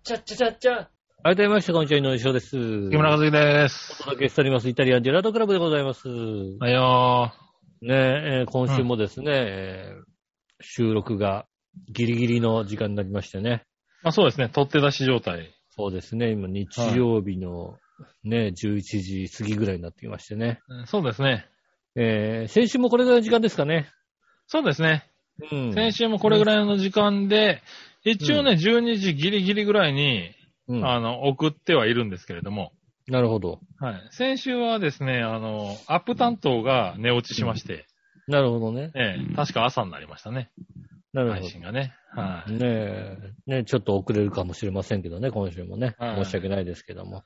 改めまして、こんにちは、井上翔です。
木村和樹です
お。届けしております。イタリアンジェラートクラブでございます。
はいよ
ねええー今週もですね、えー収録がギリギリの時間になりましてね。
ー。あ、そうですね、取って出し状態。
そうですね、今日曜日のね、11時過ぎぐらいになってきましてね。
そうですね。
えー先週もこれぐらいの時間ですかね。
そうですね。
うん。
先週もこれぐらいの時間で、一応ね、12時ギリギリぐらいに、
うん、
あの、送ってはいるんですけれども、
なるほど。
はい。先週はですね、あの、アップ担当が寝落ちしまして、
なるほどね。
ええ、確か朝になりましたね。
なるほ
配
ど。
信がね。はい。
ねえ、ねえちょっと遅れるかもしれませんけどね、今週もね。
はい
申し訳ないですけども。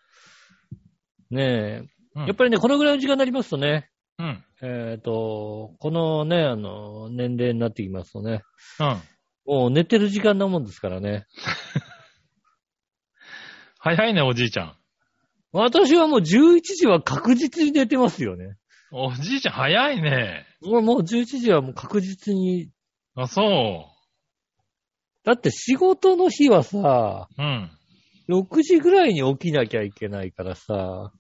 ねえ、
うん
やっぱりね、このぐらいの時間になりますとね、
うん。うん。
えっ、と、このね、あの、年齢になってきますとね、もう寝てる時間なもんですからね。
早いね、おじいちゃん。
私はもう11時は確実に寝てますよね。
おじいちゃん早いね。
もうもう11時はもう確実に、
あ、そ
だって仕事の日はさ、
う。うん。
6時ぐらいに起きなきゃいけないからさ、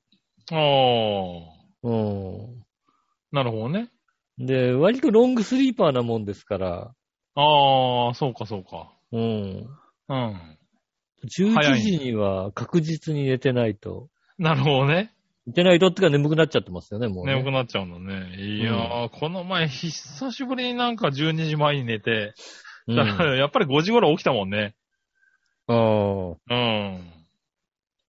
お
うん。
ー。なるほどね。
で、割とロングスリーパーなもんですから、
あー、そうか、そうか。
うん。
うん。
11時には確実に寝てないと。
なるほどね。
寝てないとってか眠くなっちゃってますよね、もう、ね。
眠くなっちゃうんだね。いやー、この前、久しぶりになんか12時前に寝て、
う
だか
ん、
ら やっぱり5時頃起きたもんね。
ああ、
うん。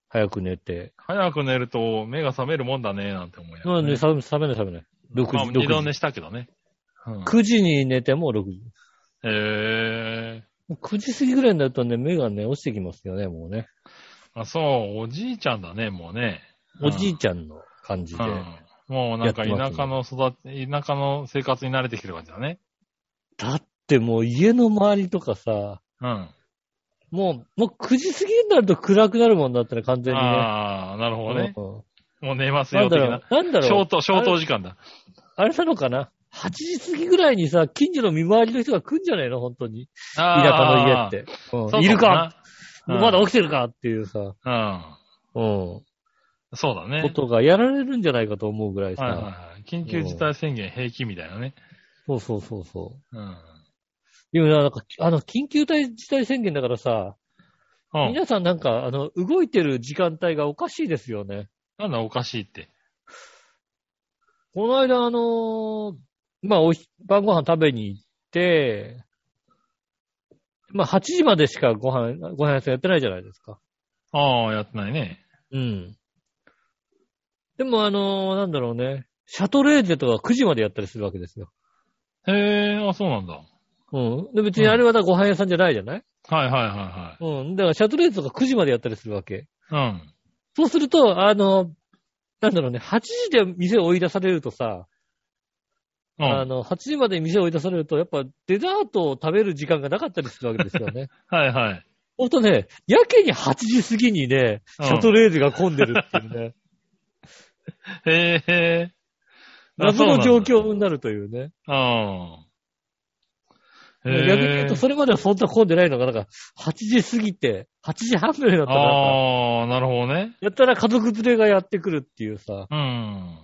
早く寝て。
早く寝ると目が覚めるもんだ ね、なんて思いな
ま
が
あ
ら、
ね、覚め覚めない覚めない。6時、
まあ、
6
二度
時。
寝したけどね。うん
9時に寝ても6時。
へえ
9時過ぎぐらいになるとね、目がね、落ちてきますよね、もうね。
あ、そう、おじいちゃんだね、もうね。
おじいちゃんの感じ
ち
で。
もうなん
やっ
か
てます
田舎の育ち、田舎の生活に慣れてきてる感じだね。
だってもう家の周りとかさ、
うん。
もう、もう9時過ぎになると暗くなるもんだったら完全にね。
ああ、なるほどね。
うん
もう年末
なん
用
だ
的
ろ
な
う。、なんだろう。
消灯、消
あ
灯
れ。
時間だ。
あれなのかな ?8 時過ぎぐらいにさ、近所の見回りの人が来んじゃねえの本当に。田舎の家
あー
って。うん
そう
いるか
うん
まだ起きてるかっていうさ、
もな
うん。
うん。そうだね。
ことがやられるんじゃないかと思うぐらいさ。
はいはいはい。緊急事態宣言平気みたいなね。
そうそうそうそう。
うん。
でもなんか、あの、緊急事態宣言だからさ、
うん。
皆さんなんか、あの、動いてる時間帯がおかしいですよね。
なんだおかしいって。
この間、あのーまあ、おひ晩ご飯食べに行って、まあ、8時までしかご飯、ご飯屋さんやってないじゃないですか。
ああ、やってないね。
うん。でも、あのーなんだろうね、シャトレーゼとか9時までやったりするわけですよ。
へえ、あ、そうなんだ。
うん。で、別にあれはだご飯屋さんじゃないじゃない
はいはいは
うん。だから、シャトレーゼとか9時までやったりするわけ。
いはい。うん。
そうすると、あの、なんだろうね、8時で店を追い出されるとさ、
うん。
あの、8時まで店を追い出されると、やっぱデザートを食べる時間がなかったりするわけですよ ね。
はいはい。
ほんとね、やけに8時過ぎにね、シ
うん
ャトレーゼが混んでるっていう ね、
へえ。
謎の状況
う
になるというね。
ん。
逆に言
へ
う
え
と、。それまではそんな混んでないのが、なんか、8時過ぎて、8時半ぐらいだったからさ、
ああ、なるほどね。
やったら家族連れがやってくるっていうさ、
うん。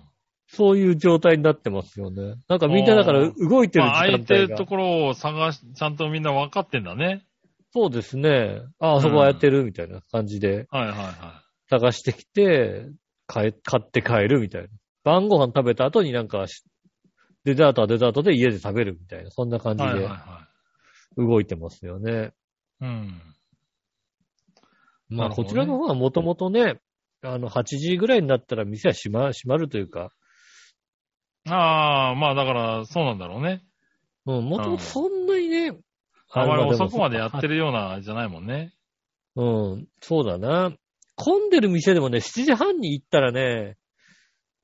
そういう状態になってますよね。なんかみんなだから動いてる時
まあ、
間帯が
空い。てるところを探し、ちゃんとみんな分かってんだね。
そうですね。あ、あそこはやってるみたいな感じで
はいはいは
探してきて、買え買って帰るみたいな。晩ご飯食べた後になんかし、デザートはデザートで家で食べるみたいな、そんな感
い。
じ
はいはい
で
は
動いてますよね。
い。うん。
まあ、
な
こ
るほどね
ちらの方はもともとね、あの、8時ぐらいになったら店は閉ま閉まるというか、
ああ、まあだから、そうなんだろうね。
うん、もとも
うん
とそんなにね、
あまり
れはでも
遅くまでやってるような、じゃないもんね。
うん、そうだな。混んでる店でもね、7時半に行ったらね、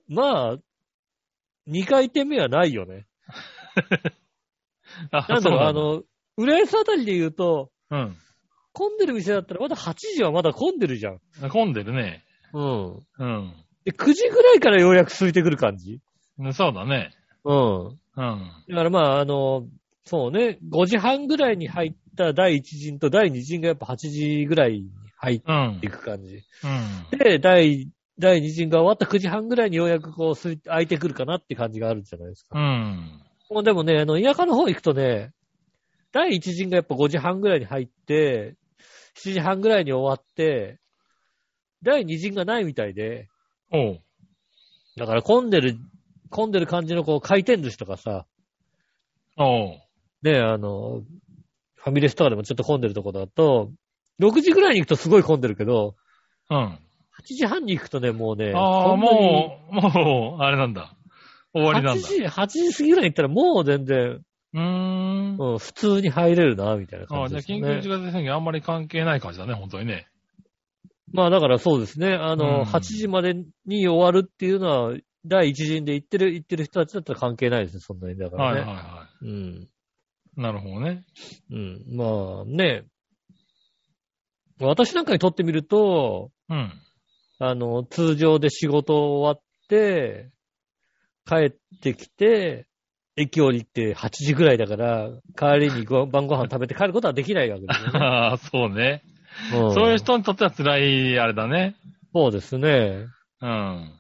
まあ、2回転目はないよね。
あ
なんだろう、あ
そう
の、浦安あたりで言うと、
なんだ
混んでる店だったらまだ8時はまだ混んでるじゃん。
うん。混んでるね。
うん。
うん。
で、9時ぐらいからようやく空いてくる感じ。
ねそうだね。
うん。
うん。
だからまあ、あの、そうね、5時半ぐらいに入った第1陣と第2陣がやっぱ8時ぐらいに入っ
うん
てい。く感じ。
うん。
で、第、第2陣が終わった9時半ぐらいにようやくこう、すい空いてくるかなって感じがあるんじゃないですか。
うん。
もうでもね、あの、田舎の方行くとね、第1陣がやっぱ5時半ぐらいに入って、7時半ぐらいに終わって、第2陣がないみたいで、
おう。
だから混んでる、混んでる感じのこう、回転寿司とかさ、
おう。
ね、あの、ファミレスとかでもちょっと混んでるとこだと、6時ぐらいに行くとすごい混んでるけど、
うん。
8時半に行くとね、もうね、
ああ、
本当に
もう、もう、あれなんだ。終わりなんだ。
8時、8時過ぎぐらいに行ったらもう全然、
うーん。
うん、普通に入れるな、みたいな
あ
感
あ、
じ
じゃあ
ですね。
緊急事態宣言あんまり関係ない感じだね、本当にね。
まあだからそうですね、あの、
うん
8時までに終わるっていうのは、第一陣で行ってる、行ってる人たちだったら関係ないですね、そんなに。だから
はい
ね。
はいは
うん。
い。なるほどね。
うん。まあね、私なんかにとってみると、
うん。
あの、通常で仕事終わって、帰ってきて、駅降りて8時ぐらいだから、帰りに ご晩ご飯食べて帰ることはできないわけですよね。
ああ、そうね。
うん
そういう人にとっては辛い、あれだね。
そうですね。
うん。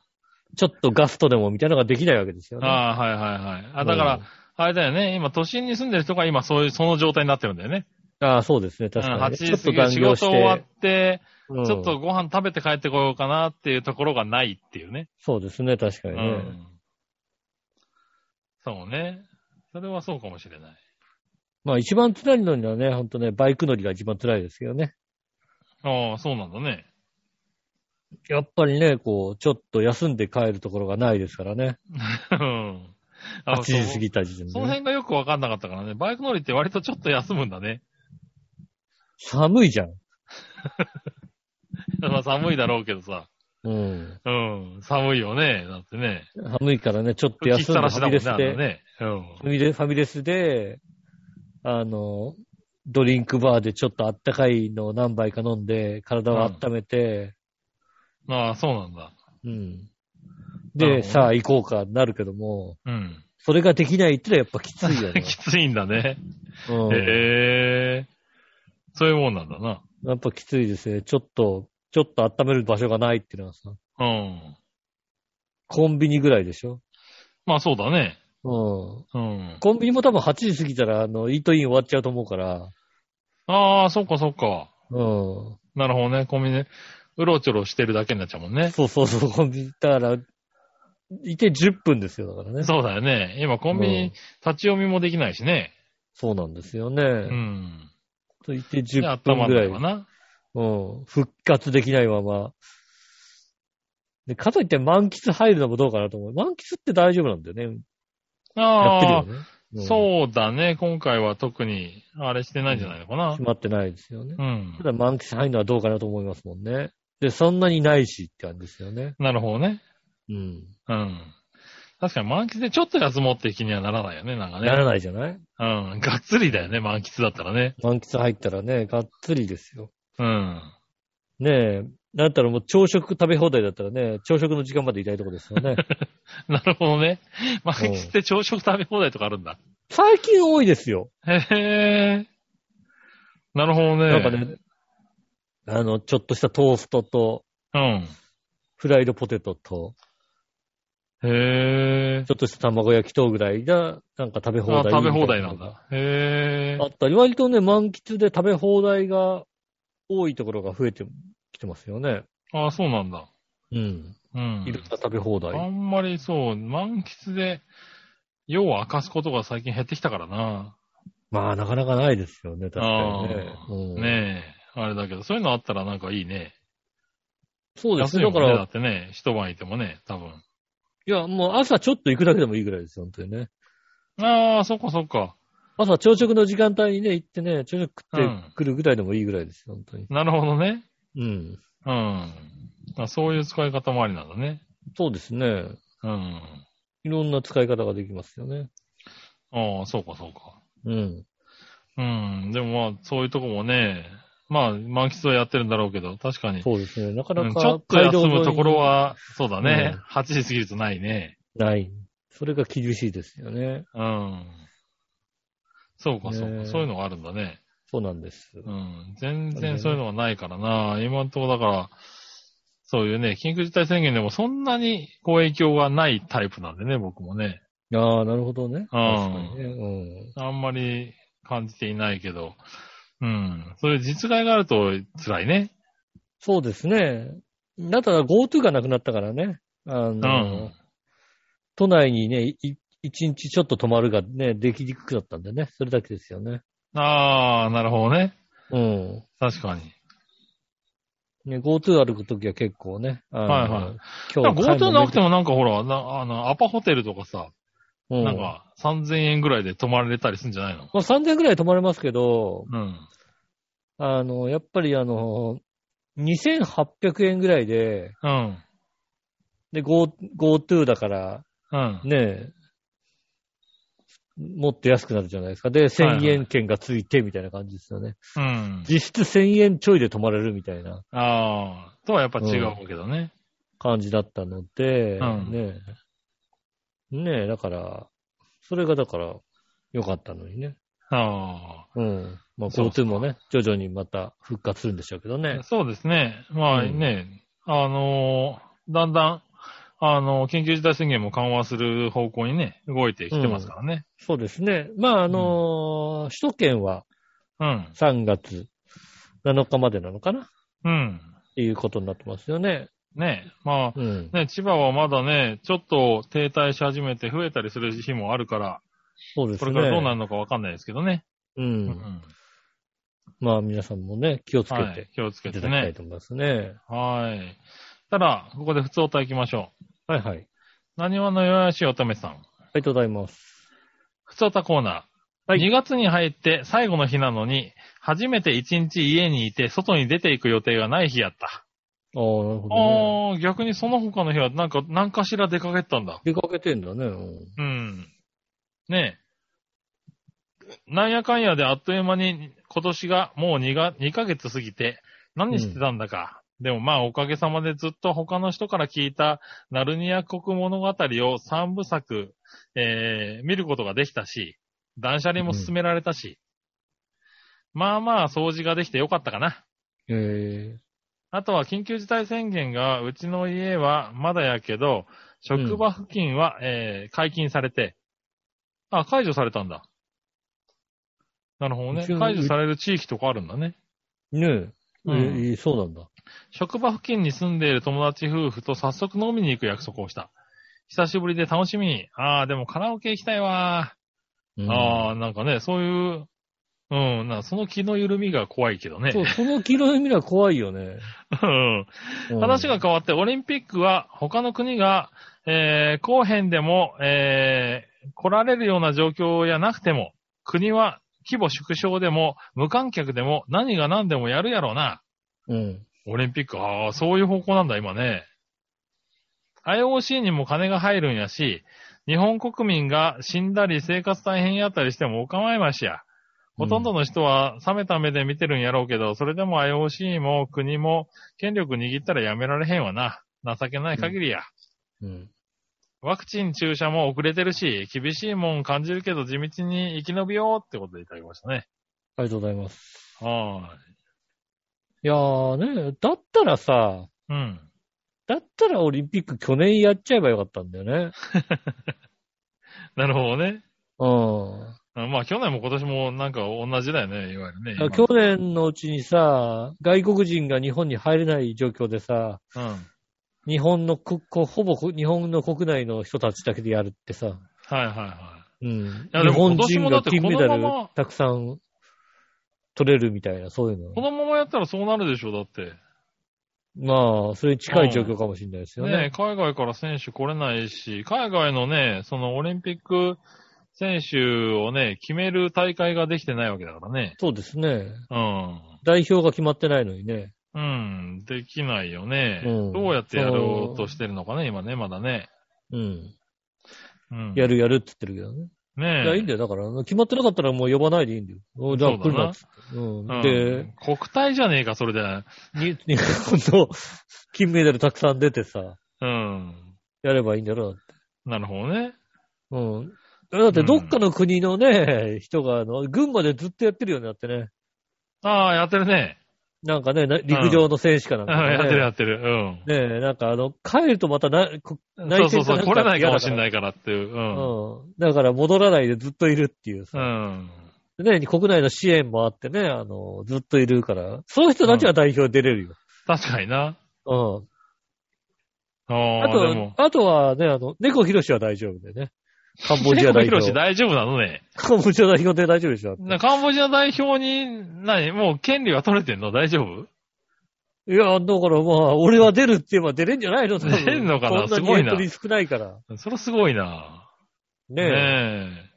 ちょっとガストでもみたいなのができないわけですよね。
ああ、はいはいはい。あ、だから、あれだよね。今、都心に住んでる人が今、そういう、その状態になってるんだよね。
ああ、そうですね。確かにね、
うん、8
ちょっ
時
と
過ぎ、
残
仕
業して
事終わって、
うん
ちょっとご飯食べて帰ってこようかなっていうところがないっていうね。
そうですね。確か
う
にね。
ん。そうね。それはそうかもしれない。
まあ一番辛いのにはね、ほんとね、バイク乗りが一番辛いですけどね。
ああ、そうなんだね。
やっぱりね、こう、ちょっと休んで帰るところがないですからね。
うん。あ
8時過ぎた時点で
そその
ね、
辺がよくわかんなかったからね。バイク乗りって割とちょっと休むんだね。
寒いじゃん。
まあ寒いだろうけどさ。
うん。
うん。寒いよね。だってね。
寒いからね、ちょっと
吹き
休
っ
ん
さ
でフ
らし
ァ
だ
ミ
もん
レ
ね。
ス
あ
で、
れね。うん。
ファミレファミレスで、あの、ドリンクバーでちょっとあったかいのを何杯か飲んで、体を温めて、
ああ、そうなんだ。
うん。
なるほ
で、
どね
さあ行こうかなるけども、
うん。
それができないってのはやっぱきついよね。
きついんだね。
うん
へえそういうもんなんだな。
やっぱきついですね。ちょっと、ちょっと温める場所がないっていうのはさ、
うん。
コンビニぐらいでしょ
まあそうだね。
うん。
うん。
コンビニも多分8時過ぎたら、あの、イートイン終わっちゃうと思うから、
ああ、そっかそっか。
うん。
なるほどね。コンビニね。うろちょろしてるだけになっちゃうもんね。
そうそうそう、コンビニ、だから、いて10分ですよ、だからね。
そうだよね。今コンビニ
うん
立ち読みもできないしね。
そうなんですよね。
うん。
といて
で、
10
頭
分ぐら
だ
い
か。な。
うん。復活できないまま。で、かといって満喫入るのもどうかなと思う。満喫って大丈夫なんだよね。やってる
あ
よ
あ、
ね。ん
そうだね。今回は特に、あれしてないんじゃないのかな
決。まってないですよね
う。ん
た。だ満喫入るのはどうかなと思いますもんね。で、そんなにないしって感じですよね。
なるほどね。
うん。
うん。確かに満喫でちょっと休もうって気にはならないよね。なんかね。
ならないじゃない
うん。がっつりだよね、満喫だったらね。
満喫入ったらね、がっつりですよ。
うん。
ねえ。だったらもう朝食食べ放題だったらね、朝食の時間までいたいとこですよ ね。
なるほどね。満喫って朝食食べ放題とかあるんだ。
最近多いですよ。
へえ。なるほどね。
なんかね、あの、ちょっとしたトーストと、フライドポテトと、
うん。へえ
ち。ょっとした卵焼きとぐらいが、なんか食べ放
あ
題。
食べ放題なん。だ。へえ
あ。ったり、割とね、満喫で食べ放題が多いところが増えてきてますよね。
あそうなんだ。
うん。
うん。
いろんな食べ放
あ
題。
んまりそう、満喫で、用を明かすことが最近減ってきたからな。
まあ、なかなかないですよね、確かにね。
あー
うん
ねえ。あれだけど、そういうのあったらなんかいいね。
そうです
安い
ね。だ
もん
か
ね。だ
ら
っ、てね、一晩いてもね、多分。
いや、もう朝ちょっと行くだけでもいいぐらいですよ、本当にね。
ああ、そっかそっか。
朝朝食の時間帯にね、行ってね、朝食食っ
う
て
ん
くるぐらいでもいいぐらいですよ、本当に。
なるほどね。
うん。
うん。あそういう使い方もありなんだね。
そうですね。
うん。
いろんな使い方ができますよね。
ああ、そうかそうか。
うん。
うん。でもまあ、そういうとこもね、まあ、満喫はやってるんだろうけど、確かに。
そうですね。なか
う
なんか、
ちょっと休むところは、そうだね
うん。
8時過ぎるとないね。
ない。それが厳しいですよね。
うん。そうか、そう
ね
か。
え
そういうのがあるんだね。
そうなんです。
うん。全然そういうのがないからな。今のところだから、そういうね、緊急事態宣言でもそんなにこう影響がないタイプなんでね、僕もね。
ああ、なるほどね。確
あ
か
ー
にね。うん。
あんまり感じていないけど、うん。それ実害があると辛いね。
そうですね。だったら GoTo がなくなったからね。あの、
ん
都内にね、い一日ちょっと泊まるがね、できにくくなったんでね。それだけですよね。
ああ、なるほどね。
うん。
確かに。
ね、GoTo 歩くときは結構ね。はい
はいはい。
今日
GoTo なくて
も、
もなんかほら、なあの、アパホテルとかさ、
うん、
なんか3000円ぐらいで泊まれたりするんじゃないの
まあ、3000円くらい泊まれますけど、
うん。
あの、やっぱりあの、2800円ぐらいで、
うん。
で、Go- GoTo だから、
うん。
ねえ、もっと安くなるじゃないですか。で、
はい
1000円券がついてみたいな感じですよね。
うん。
実質1000円ちょいで泊まれるみたいな
ああ、とはやっぱ違うけどね。
感じだったので、
うん
ねえ、ねえ、だから、それがだから、良かったのにね。
あ
うん。まあ、
そうそ
GoTo もね、徐々にまた復活するんでしょうけどね
あ、。そうですね。まあ
うん
ね、あのーだんだん、あのー緊急事態宣言も緩和する方向にね、動いてきてますからね。
そうですね。まあ、あのー首都圏は
うん。
3月7日までなのかなっ
うん。
ていうことになってますよね。
ねま
うん。
あ、ね、千葉はまだね、ちょっと停滞し始めて増えたりする日もあるから、
そうです
こ
ね。
れからどうなるのかわかんないですけどね。
うん。
うん
まあ皆さんもね、気をつけ
はい
て。
気をつけ
いた
て
だきたい
ね。
と思いますね。
はい。ただ、ここで普通歌行きましょう。
はいはい。あり
何話のよやしおとめさん。
がとうございます。
ふつおたコーナー。
はい
2月に入って最後の日なのに、初めて1日家にいて外に出ていく予定がない日やった。
ああ、なるほど、ね。
ああ、逆にその他の日はなんか何かしら出かけてたんだ。
出かけてんだね。うん
うん。ねえ。なんやかんやであっという間に今年がもう 2, が2ヶ月過ぎて何してたんだか、でもまあおかげさまでずっと他の人から聞いたナルニア国物語を三部作、えー見ることができたし、断捨離も進められたし、まあまあ掃除ができてよかったかな。
え
あとは緊急事態宣言が、うちの家はまだやけど、職場付近は、えー解禁されて、あ、解除されたんだ。なるほどね。
うちは
解除される地域とかあるんだね。
ー、ねえ、
うん
えーそうなんだ。
職場付近に住んでいる友達夫婦と早速飲みに行く約束をした。久しぶりで楽しみに。ああ、でもカラオケ行きたいわ
うん
ー。ああ、なんかね、そういう、うん、なその気の緩みが怖いけどね。
そう、その黄色い未来怖いよね。
う
う
ん
ん
話が変わって、オリンピックは他の国が、えー、後編でも、えー、来られるような状況やなくても、国は規模縮小でも、無観客でも、何が何でもやるやろうな。
うん。
オリンピック、ああ、そういう方向なんだ、今ね。IOC にも金が入るんやし、日本国民が死んだり生活大変やったりしてもお構いましや。ほとんどの人は冷めた目で見てるんやろうけど、それでも IOC も国も権力握ったらやめられへんわな。情けない限りや。
うん。
ワクチン注射も遅れてるし、厳しいもん感じるけど地道に生き延びようってことでいただきましたね。
ありがとうございます。
はい
やーね、だったらさ、
い。うん。
だったらオリンピック去年やっちゃえばよかったんだよね。
なるほどね。
うん。
うんまあ去年も今年もなんか同じだよね、いわゆるね。
だから去年のうちにさ、外国人が日本に入れない状況でさ、
うん。
日本の国、こほぼこ日本の国内の人たちだけでやるってさ、
はいはいは
うん。
やで
日
も
本人が金メダ
今年もだってこのまま
ルたくさん取れるみたいな、そういうの
い。こ。のままやったらそうなるでしょ、だって。
まあ、それに近い状況かもしれないですよ
ね
ね。
海外から選手来れないし、海外のね、そのオリンピック選手をね、決める大会ができてないわけだからね。
そうですね。
うん。
代表が決まってないのにね。
うん、できないよね。
うん
どうやってやろうとしてるのかね、今ね、まだね。
うん。
うん。
やるやるって言ってるけどね。
ね
いや、いいんだよ。だから、決まってなかったらもう呼ばないでいいんだよ。おじゃあ来るなっつって。うん。
う
で
ん、国体じゃねえか、それで。
に、日本の 金メダルたくさん出てさ、
うん。
やればいいんだろうなって。
なるほどね。
うん。だって、どっかの国のね、人が、あの、群馬でずっとやってるよね、だってね。
ああ、やってるね。
なんかね、な陸上の選手かなん
うん
か、
やってるや
ね。
ってる。うん。
ねえ、なんかあの、帰るとまたな、こ
そうそうそう、
内戦かなんか
来れないかもしれ
嫌だから
ないからっていう。うん。
うん。だから戻らないでずっといるっていう
う
さ。
ん。
ね、国内の支援もあってね、あの、ずっといるから、そういう人たちは代表出れるよ。
確かにな。
うん。
あ
あ
あ、で
と
も、。
あとはね、あの、猫ひろしは大丈夫でね。カンボジア代
ひろし
表。
大丈夫なのね。
カンボジア代表で大丈夫でしょ。
なカンボジア代表に、何もう権利は取れてんの大丈夫
いや、だからまあ、俺は出るって言えば出れんじゃないの多分
出んのかな
こんな
す
に
ごいな
エントリー少ないから。
それすごいな。
ね
ねえ。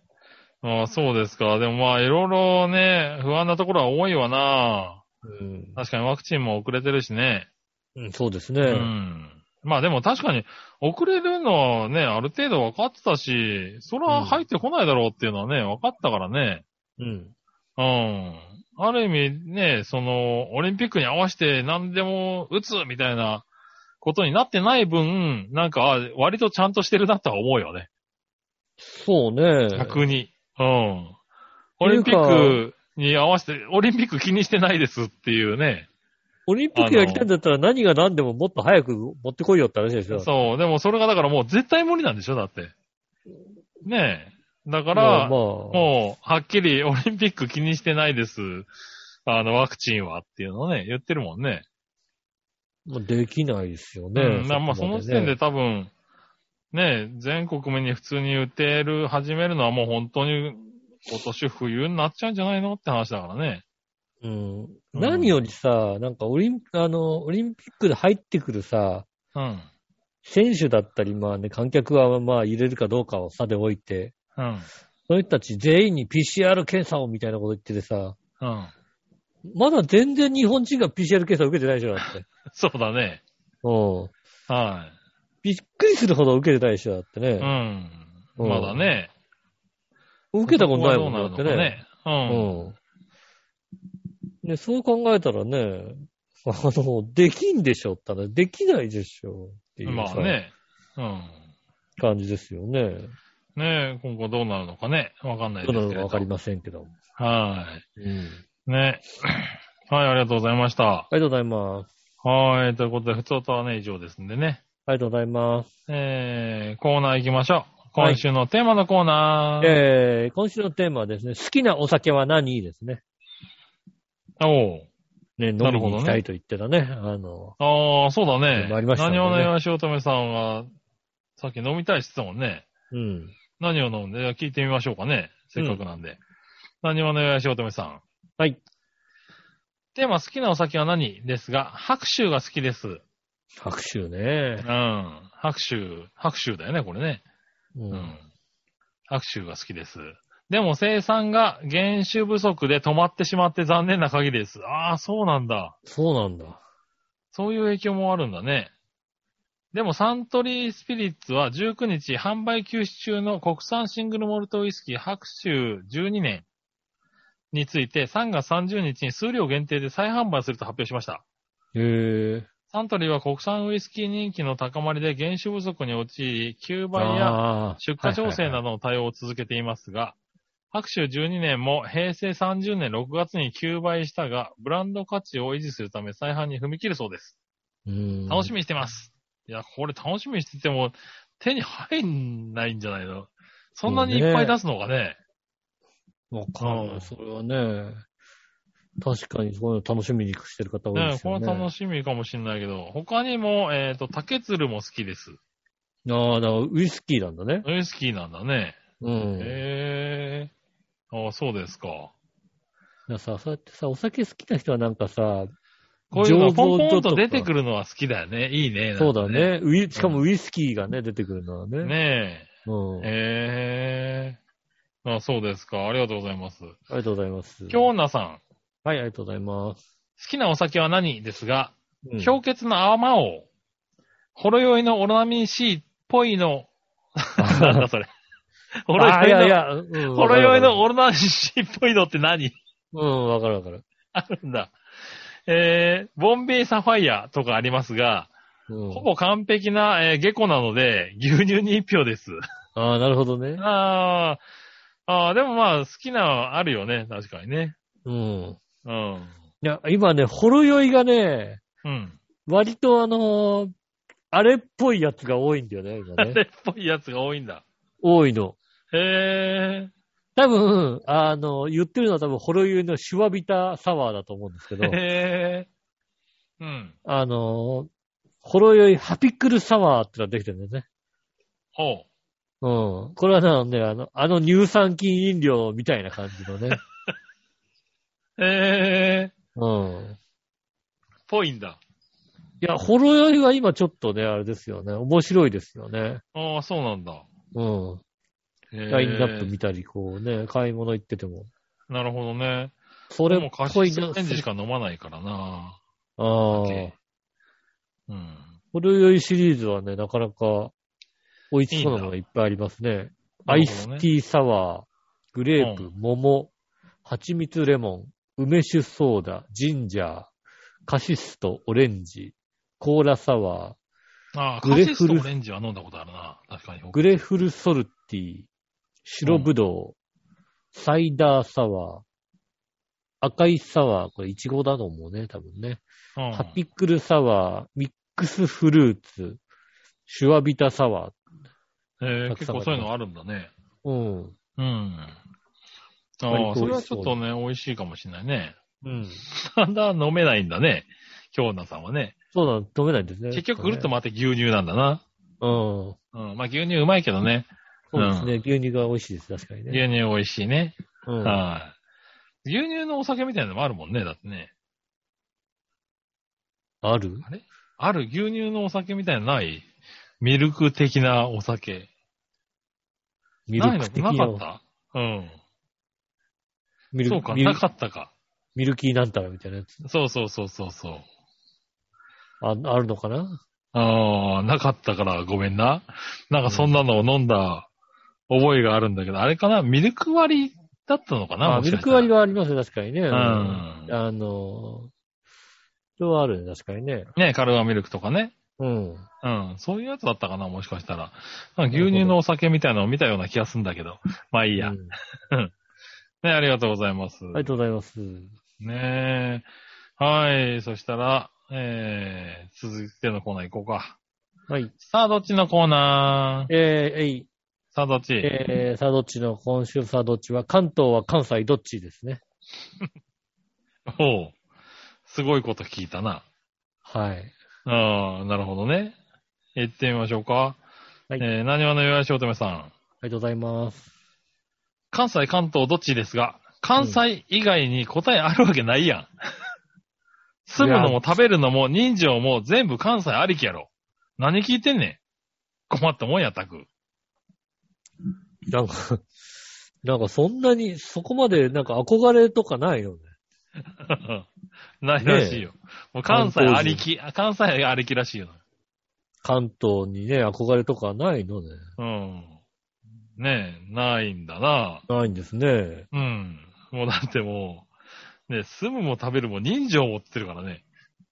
ああ、そうですか。でもまあ、いろいろね、不安なところは多いわな。
え。うん
確かにワクチンも遅れてるしね。
うん。そうです
う
ね。
ん。まあでも確かに、遅れるのはね、ある程度分かってたし、それは入ってこないだろうっていうのはね、分かったからね。
うん。
うん。ある意味ね、その、オリンピックに合わせて何でも打つみたいなことになってない分、なんか、あ割とちゃんとしてるなとは思うよね。
そうね。
逆に。うん。
て
オ
い
リ
う
ンピ
か
ックに合わせて、オリンピック気にしてないですっていうね。
オリンピックやりたいんだったら何が何でももっと早く持ってこいよって話でしょ。
そう。でもそれがだからもう絶対無理なんでしょだって。ねえ。だ
だ
から、
まあ、
もう、はっきりオリンピック気にしてないです。あの、ワクチンはっていうのをね、言ってるもんね。
まあできないですよね。
うん、まあまあその時点で
ね。
多分、ね、全国民に普通に打てる、始めるのはもう本当に今年冬になっちゃうんじゃないのって話だからね。
うん。何よりさ、なんかオリン、あの、オリンピックで入ってくるさ、
うん。
選手だったり、まあね、観客はまあ入れるかどうかを差で置いて、
うん。
その人たち全員に PCR 検査をみたいなこと言っててさ、
うん。
まだ全然日本人が PCR 検査受けてないでしょ、だって。
そうだね。
うん。
は
びっくりするほど受けてないでしょ、だって
い。う
ね。
ん。
うん
まだね。
受けたことないもん
こ
だっ
こ
て
はどうなるのか
ね。
ね。うん。
うん。ね、そう考えたらね、あの、できんでしょったら、できないでしょっていう
まあ
さ
ね。うん。
感じですよね。
ねえ、今後どうなるのかね。わかんない
ど
で
う
す
なの
けれ
か
ど。
わかりませんけど。
は
うん。
い。ねえ。はい、ありがとうございました。
ありがとうございます。
はい、ということで、普通とはね、以上ですんでね。
ありがとうございます。
えー、コーナー行きましょう。今週のテーマのコーナー。
えー、今週のテーマはですね、好きなお酒は何ですね。
おう
ね、飲
なる
み
ほ
に行
どね
きたいと言ってたね。あの、
ああ、そうだね。
ありましたね
何をね、しおとめさんは、さっき飲みたいって言ってたもんね。
うん。
何を飲んで、聞いてみましょうかね。せっかくなんで。何をね、しおとめさん。
はい。
テーマ、好きなお酒は何ですが、白州が好きです。
拍手
う
ね。
ん。白州、白州だよね、これね。
う。
うんん。白州が好きです。でも生産が減収不足で止まってしまって残念な限りです。ああ、そうなんだ。
そうなんだ。
そういう影響もあるんだね。でもサントリースピリッツは19日販売休止中の国産シングルモルトウイスキー白州12年について3月30日に数量限定で再販売すると発表しました。
へえ。
サントリーは国産ウイスキー人気の高まりで減収不足に陥り、9倍や
あー
出荷調整
はいはいは
な
い
どの対応を続けていますが、白州12年も平成30年6月に9倍したが、ブランド価値を維持するため再販に踏み切るそうです。
うん。
楽しみにしてます。いや、これ楽しみにしてても、手に入んないんじゃないのそんなにいっぱい出すのがね。
わかんな
うん
い。それはね、確かにそういうの楽しみにしてる方多い
ね
です
こ
よ
れ
ね。
楽しみかもしれないけど、他にも、えっ、と、竹鶴も好きです。
ああ、だからウイスキーなんだね。
ウイスキーなんだね。
うん。
へえ。あそうですか。
だからさ、そうやってさ、お酒好きな人はなんかさ、
こういうのがポンポン
醸造
と
所
出てくるのは好きだよね。いいね。
そうだ。ね。ウイしかもウイスキーがね、出てくるのはね。
ね
うん。
え。へえ。あそうですか。ありがとうございます。
ありがとうございます。
京奈さん。好
はい、ありがとうございます。
きなお酒は何ですが、
うん
氷結の泡魔王。ほろ酔いのオロナミン C っぽいの。なんだそれ。ほろ
あいや
酔
い
いの、
や、うん
ほろ酔いの。オロナミン C っぽいのって何
うん、わかるわかる。
あるんだ。えー、ボンベイサファイアとかありますが、
うん
ほぼ完璧な、えー、下戸なので、牛乳に一票です。
ああ、なるほどね。
あーあー、でもまあ、好きなのあるよね。確かにね。
うん。
うん。
いや、今ね、ほろ酔いがね、
うん。
割とあのーあれっぽいやつが多いんだよね、今
あ
ね。
れっぽいやつが多いんだ。
多いの。
へえ。
多分、あの、言ってるのは多分、ほろ酔いのシュワビタサワーだと思うんですけ ど、
へえ。うん。
あの、ほろ酔いハピクルサワーってのができてるんだよね。
ほう。
うん。これはなんで、あの、あの乳酸菌飲料みたいな感じ のね。
ええ
うん。
ぽいんだ。
いや、ほろ酔いは今ちょっとね、あれですよね。面白いですよね。
ああ、そうなんだ。
うん。
ええ
ラインナップ見たり、こうね、買い物行ってても。
なるほどね。
そ
こ
れ
も
っ
うカシ
ぽい
スオレンジし
な。
か飲まないからな。
ああ。
酒うん。
ほろ酔いシリーズはね、なかなか美味しそうなのがいっぱいありますね。アイステ
ィー。
ィーサワー、グレープ、
う
桃、蜂蜜レモン、梅酒ソーダ、ジンジャー、カシスとオレンジ、コーラサワー、
ああ、
グ
カ
レ
シス
フル
とオレンジは飲んだことあるな。確かに。
グレフルソルティ、白ぶどう、サイダーサワー、赤いサワー、これイチゴだと思うね、多分ね。
うん、
ハピクルサワー、ミックスフルーツ、シュワビタサワー。
ええ
たく
結
さん
構そういうのあるんだね。
うん。
うん。あ
割
あ、
と
それ
美
は
味し
ち
そう
ょっとね、美味しいかもしれないね。
うん。
ただ飲めないんだね。京奈さんはね。
そうなの、飲めないんですね。
結局ぐるっと
ね
回って牛乳なんだな。
うん。
うん。まあ牛乳うまいけどね。
そうですね。牛乳が美味しいです、確かにね。
牛乳美味しいね。
うん、
はい。牛乳のお酒みたいなのもあるもんね、だってね。
ある
ある牛乳のお酒みたいなのないミルク的なお酒。
ミル
ない
ク的
の
な
なかったうん。
ミル
そうか、
ミル
なかったか。
ミルキーなんたらみたいなやつ。
そうそうそうそうそう。
ああるのかな
ああ、なかったからごめんな。なんかそんなのを飲んだ覚えがあるんだけど、あれかなミルク割りだったのかな
あミルク割り
は。
はありますよ、確かにね。
うん
あの、それはあるね、確かにね。
ね、カルガミルクとかね。
うん。
うん。そういうやつだったかな、もしかしたら。なんか牛乳のお酒みたいなのを見たような気がするんだけ ど。まあいいや。
う
ね、
ん
ありがとうございます。
ありがとうございます。
ねえ。はい。そしたら、えー、続いてのコーナー行こうか。
はい。
さあ、どっちのコーナー
えー、えい、
さあ、どっち、
えー、さあどっちの、今週さあどっちは、関東は関西どっちですね。
おう。すごいこと聞いたな。
はい。
ああ、なるほどね。行ってみましょうか。
はい
えー、何話の岩井翔太さん。
ありがとうございます。
関西、関東どっちですが、関西以外に答えあるわけないやん。住むのも食べるのも人情も全部関西ありきやろ。何聞いてんねん。困ったもんや、たく。
なんか、 なんかそんなに、そこまでなんか憧れとかないよね。
ないらしいよ。もう関西ありき、あ関西ありきらしいよ。
関東にね、憧れとかないのね。
うん。ねえ、ないんだな。
ないんですね。
うん。もうだってもう、ね、住むも食べるも人情を持ってるからね。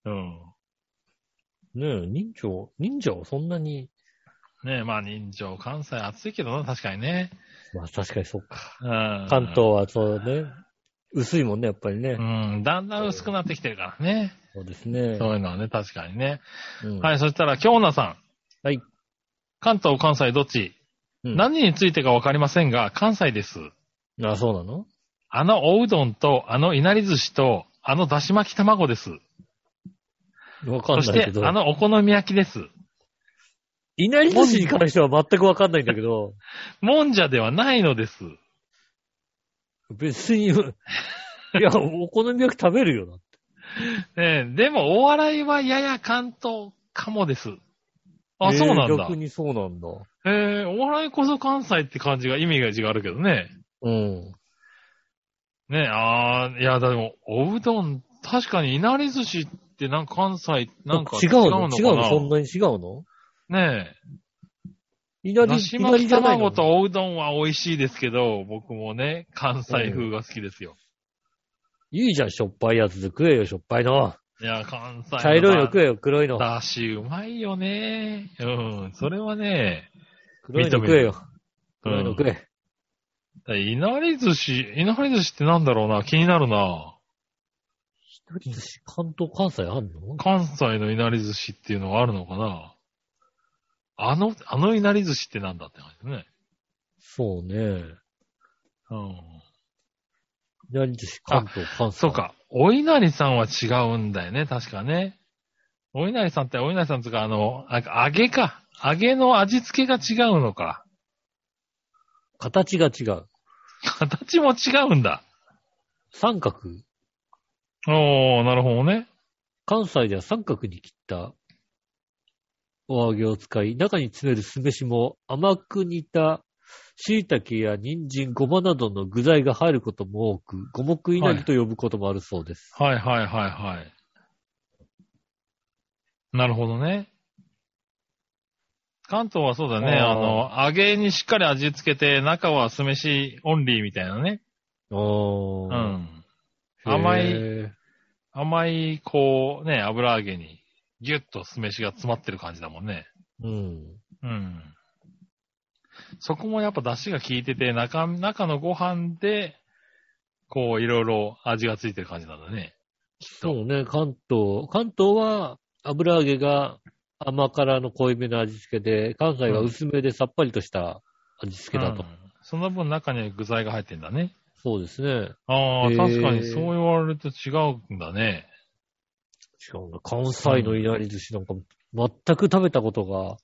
うん。
ねえ、人情、人情そんなに、
ねえ、まあ人情、関西暑いけどな、確かにね。
まあ確かにそうか。
うん。
関東はそうね、薄いもんね、やっぱりね。
うん、だんだん薄くなってきてるからね。
そうですね。
そういうのはね、確かにね。
うん
はい、そしたら、京奈さん。
はい。
関東、関西、どっち、
うん
何についてかわかりませんが、関西です。
あ、そうなの
あのおうどんと、あのいなり寿司と、あのだし巻き卵です。
わかん
そ
な
し
い
て
け、ど。
あのお好み焼きです。
いなり寿司に関しては全くわかんないんだけど、
もんじゃではないのです。
別に、いや、お好み焼き食べるよな。
ねえ、でも、お笑いはやや関東かもです。あ、
えー
そうなんだ
逆。にそうなんだ。
えー、お笑いこそ関西って感じが、意味が違うあるけどね。
うん。
ねえ、あー、いや、でも、おうどん、確かに、いなり寿司ってなんか関西、なんか
違
違
う
う
の
のかな
違うのそんなに違うの
ね
い
え、
なり、
だ
い
し
な
巻
り
き
じゃない
卵
の
とおうどんは美味しいですけど、僕もね、関西風が好きですよ。
いいじゃん、しょっぱいやつで食えよ、しょっぱいの。
いや、関西
茶色いの
の
食えよ、黒いの。
だし、うまいよね。うん、それはね、
黒いの食えよ。
認め
黒い
る
の食え。
いなり寿司、いなり寿司ってなんだろうな、気になるな。
いなり寿司、関東、関西あんの
関西のいなり寿司っていうのはあるのかなあの、あのいなり寿司ってなんだって感じだね。
そうね。
うん。
いなり寿司、関東、関西。
そう。か。お稲荷さんは違うんだよね、確かね。お稲荷さんって、お稲荷さんとか、あの、あ揚げか。揚げの味付けが違うのか。
形が違う。
形も違うんだ。
三角。
おー、なるほどね。
関西では三角に切ったお揚げを使い、中に詰める酢飯も甘く煮た椎茸や人参、ごまなどの具材が入ることも多く、五目稲荷と呼ぶこともあるそうです。
はいはいはいはい。なるほどね。関東はそうだね。あ
あ
の、揚げにしっかり味付けて、中は酢飯オンリーみたいなね。
お
う
ー
ん。甘い
へー
甘い、こう、ね、油揚げに、ギュッと酢飯が詰まってる感じだもんね。
うん。
うん。そこもやっぱ出汁が効いてて、中、中のご飯で、こう、いろいろ味がついてる感じなんだね。
そうね、関東。関東は油揚げが甘辛の濃いめの味付けで、関西は薄めでさっぱりとした味付けだと。
うんその分中に具材が入ってんだね。
そうですね。
ああ、
へー
確かにそう言われると違うんだね。
しかも関西のいなり寿司なんか全く食べたことが、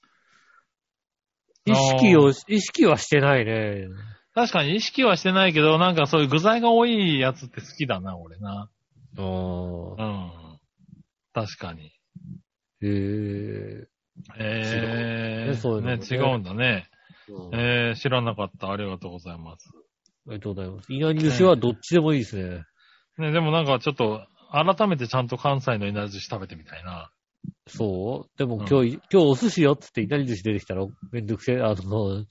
意識を、意識はしてないね。
確かに意識はしてないけど、なんかそういう具材が多いやつって好きだな、俺な。
ああ、
うん。確かに。
へえ。
ええ
違うねそういうのもね
ね、違うんだね。
うんあ
ええ知らなかった。ありがとうございます。
りがとうございます。いなり寿司はどっちでもいいですね。
ね、でもなんかちょっと、改めてちゃんと関西のいなり寿司食べてみたいな。
そうで
う
も
ん
今日、今日お寿司よっつっていなり寿司出てきたらめんどくせえ、あの、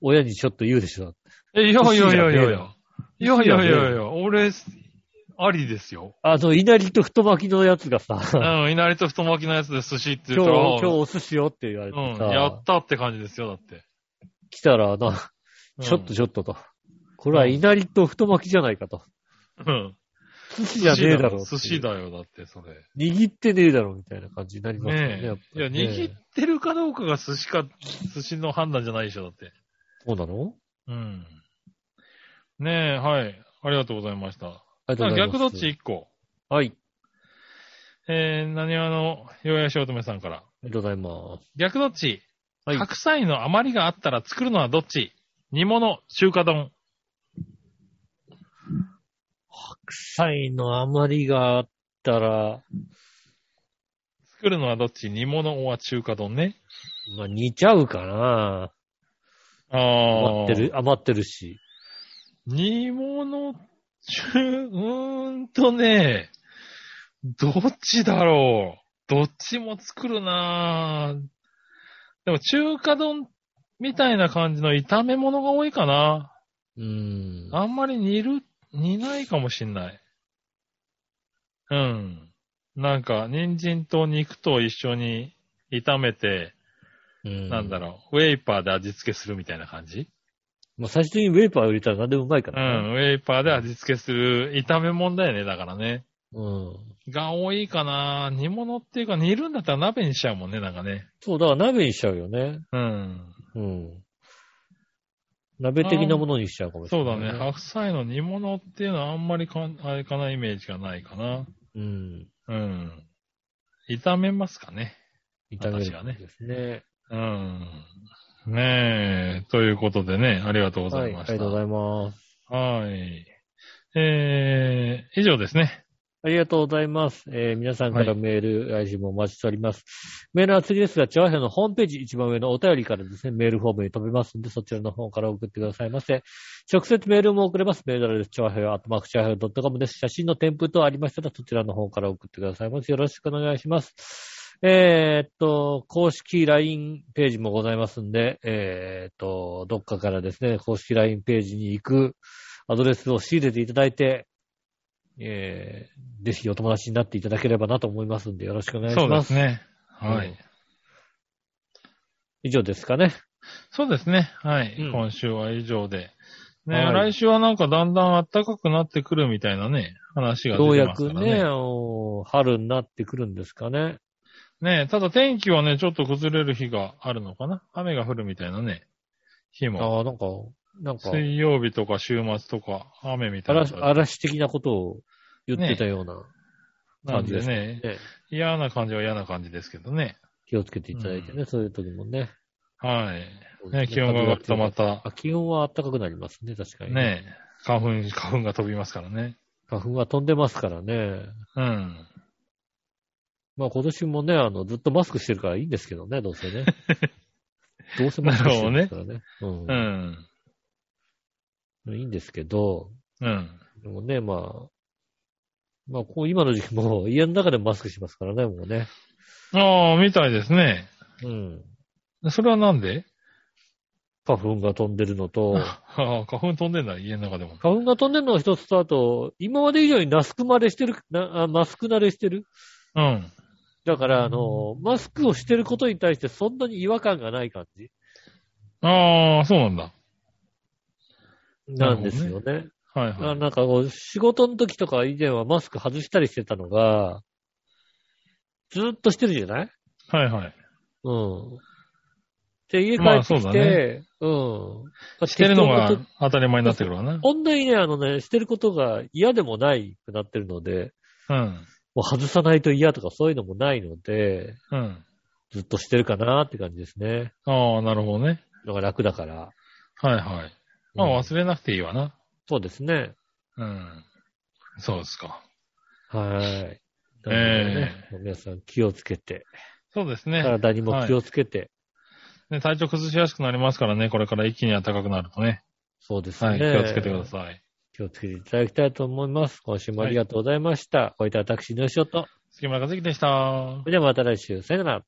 親にちょっと言うでしょ。
え、いやいやいやいやいや。い
寿司
や
や
いや
ね
いやいや、俺、ありですよ。
あの、稲荷と太巻きのやつがさ、
うん、稲荷と太巻きのやつで寿司って
今
言
日、
うたら、
今日お寿司よって言われてさ、
うん、やったって感じですよ、だって。
来たらな、
うん
ちょっとちょっとと。これは稲荷と太巻きじゃないかと。
うん。
寿司じ
寿
ゃ
司だ
ねえだ
よ
ろ。
寿司。だよ、だって、それ。
握ってねえだろ、みたいな感じになりますよね。や
ね
っぱ
え。いや、
りね
握ってるかどうかが寿司か、寿司の判断じゃないでしょ、だって。
そうなの
うん。ねえ、はい。ありがとうございました。
ありがとうございます
逆どっち1個。
はい。あ
えー、何わの、ようやしおとめさんから。
りがとうございます。
逆どっち、
はい
白菜の余りがあったら作るのはどっち煮物、中華丼。
臭いの余りがあったら、
作るのはどっち煮物は中華丼ね。
まあ、煮ちゃうかな。
あ
余
あ。
ってる、余ってるし。
煮物、中、うーんとね、どっちだろう。どっちも作るなぁ。でも中華丼みたいな感じの炒め物が多いかな。
うーん。
あんまり煮る、煮ないかもしんない。うん。なんか、人参と肉と一緒に炒めて、なんだ
ろ
ろう、ウェイパーで味付けするみたいな感じ
う。まあ、最終的にウェーパーを入れたら何でもうまいか
う
らね。
ん、ウェイパーで味付けする炒め物だよね、だからね。
うん。
が多いかな煮物っていうか煮るんだったら鍋にしちゃうもんね、なんかね。
そう、だから鍋にしちゃうよね。
うん。
うん。鍋的なものにしちゃうかもし
そ
れ
う
な
だ
い、
ね。白菜の煮物っていうのはあんまりかん、あれかな、イメージがないかな。
うん。
うん。炒めますかね。
炒め
私はね
るですね。
うん。ねえ。ということでね、ありがとうござ
はいい、あ
ま
り
した。
がとうございます。
はい。えー、以上ですね。
ありがとうございます。えー皆さんからメール、来週もお待ちしております。メールは次ですが、チョアヘのホームページ一番上のお便りからですね、メールフォームに飛べますので、そちらの方から送ってくださいませ。直接メールも送れます。メールアドレス、チョアヘアットマークチョアヘ .com です。写真の添付等ありましたら、そちらの方から送ってくださいませ。よろしくお願いします。えーっと、公式 LINE ページもございますんで、えーっと、どっかからですね、公式 LINE ページに行くアドレスを仕入れていただいて、えー、ぜひお友達になっていただければなと思いますんで、よろしくお願いし
そうで
ます。
すね。はい。
うん以上ですかね。
そうですね。はい。
うん
今週は以上で。ね、
はい
来週はなんかだんだん暖かくなってくるみたいなね、話が
よう
出てま
や
すか
く
ら
ね、
ね。
お春になってくるんですかね。
ねただ天気はね、ちょっと崩れる日があるのかな。雨が降るみたいなね、日も。
ああ、なんか、なんか、
水曜日とか週末とか雨みたいな
嵐嵐的なことを言ってたような、
感じで
感
ね、
ね
嫌な感じは嫌な感じですけどね。
気をつけていただいてね、そういう時もね。
はい。ね、気温が上がるとまた、
あ気温は暖かくなりますね、確かに。
ね、花粉、花粉が飛びますからね。
花粉は飛んでますからね。
うん。
まあ今年もね、あの、ずっとマスクしてるからいいんですけどね、どう せね。どうせマスクしてるんですからね。
う。
うんん。いいんですけど、
うん。
でもね、まあ、まあ、こう、今の時期も家の中でマスクしますからね、もうね。
ああ、みたいですね。
うん。
それはなんで
花粉が飛んでるの と、
ああ、花粉飛んでんだ、家の中でも。
花粉が飛んでるのが一つと、あと、今まで以上にナスクまでしてる、なあマスク慣れしてる。
うん。
だから、あの、マスクをしてることに対してそんなに違和感がない感じ
ああ、そうなんだ。
なんですよね。
はい
あ
はい。
なんかこう、仕事の時とか以前はマスク外したりしてたのが、ずーっとしてるじゃない
はいはい。
うん。で、家帰
まあ
って
そ
き
うだ
て、うん。
してるのが
適当なこ
当たり前になってくるわな
と。。こんなにね、あのね、してることが嫌でもないくなってるので、
うん。
もう外さないと嫌とかそういうのもないので、
うん。
ずっとしてるかなって感じですね。
ああ、なるほどね。
のが楽だから。
はいはい。ま
うん
あ忘れなくていいわな。
そうですね。
うん。そうですか。
はい。
え
なの
え
でね皆さん気をつけて、
そうですね。
体にも気をつけて、
ね体調崩しやすくなりますからね、これから一気に暖かくなるとね。
そうですね、
はい。気をつけてくだ
い。
さい。
気をつけていただきたいと思います。今週もありがとうございました。おい、た私、のしおと。
杉村和樹でした。
それではまた来週、さよなら。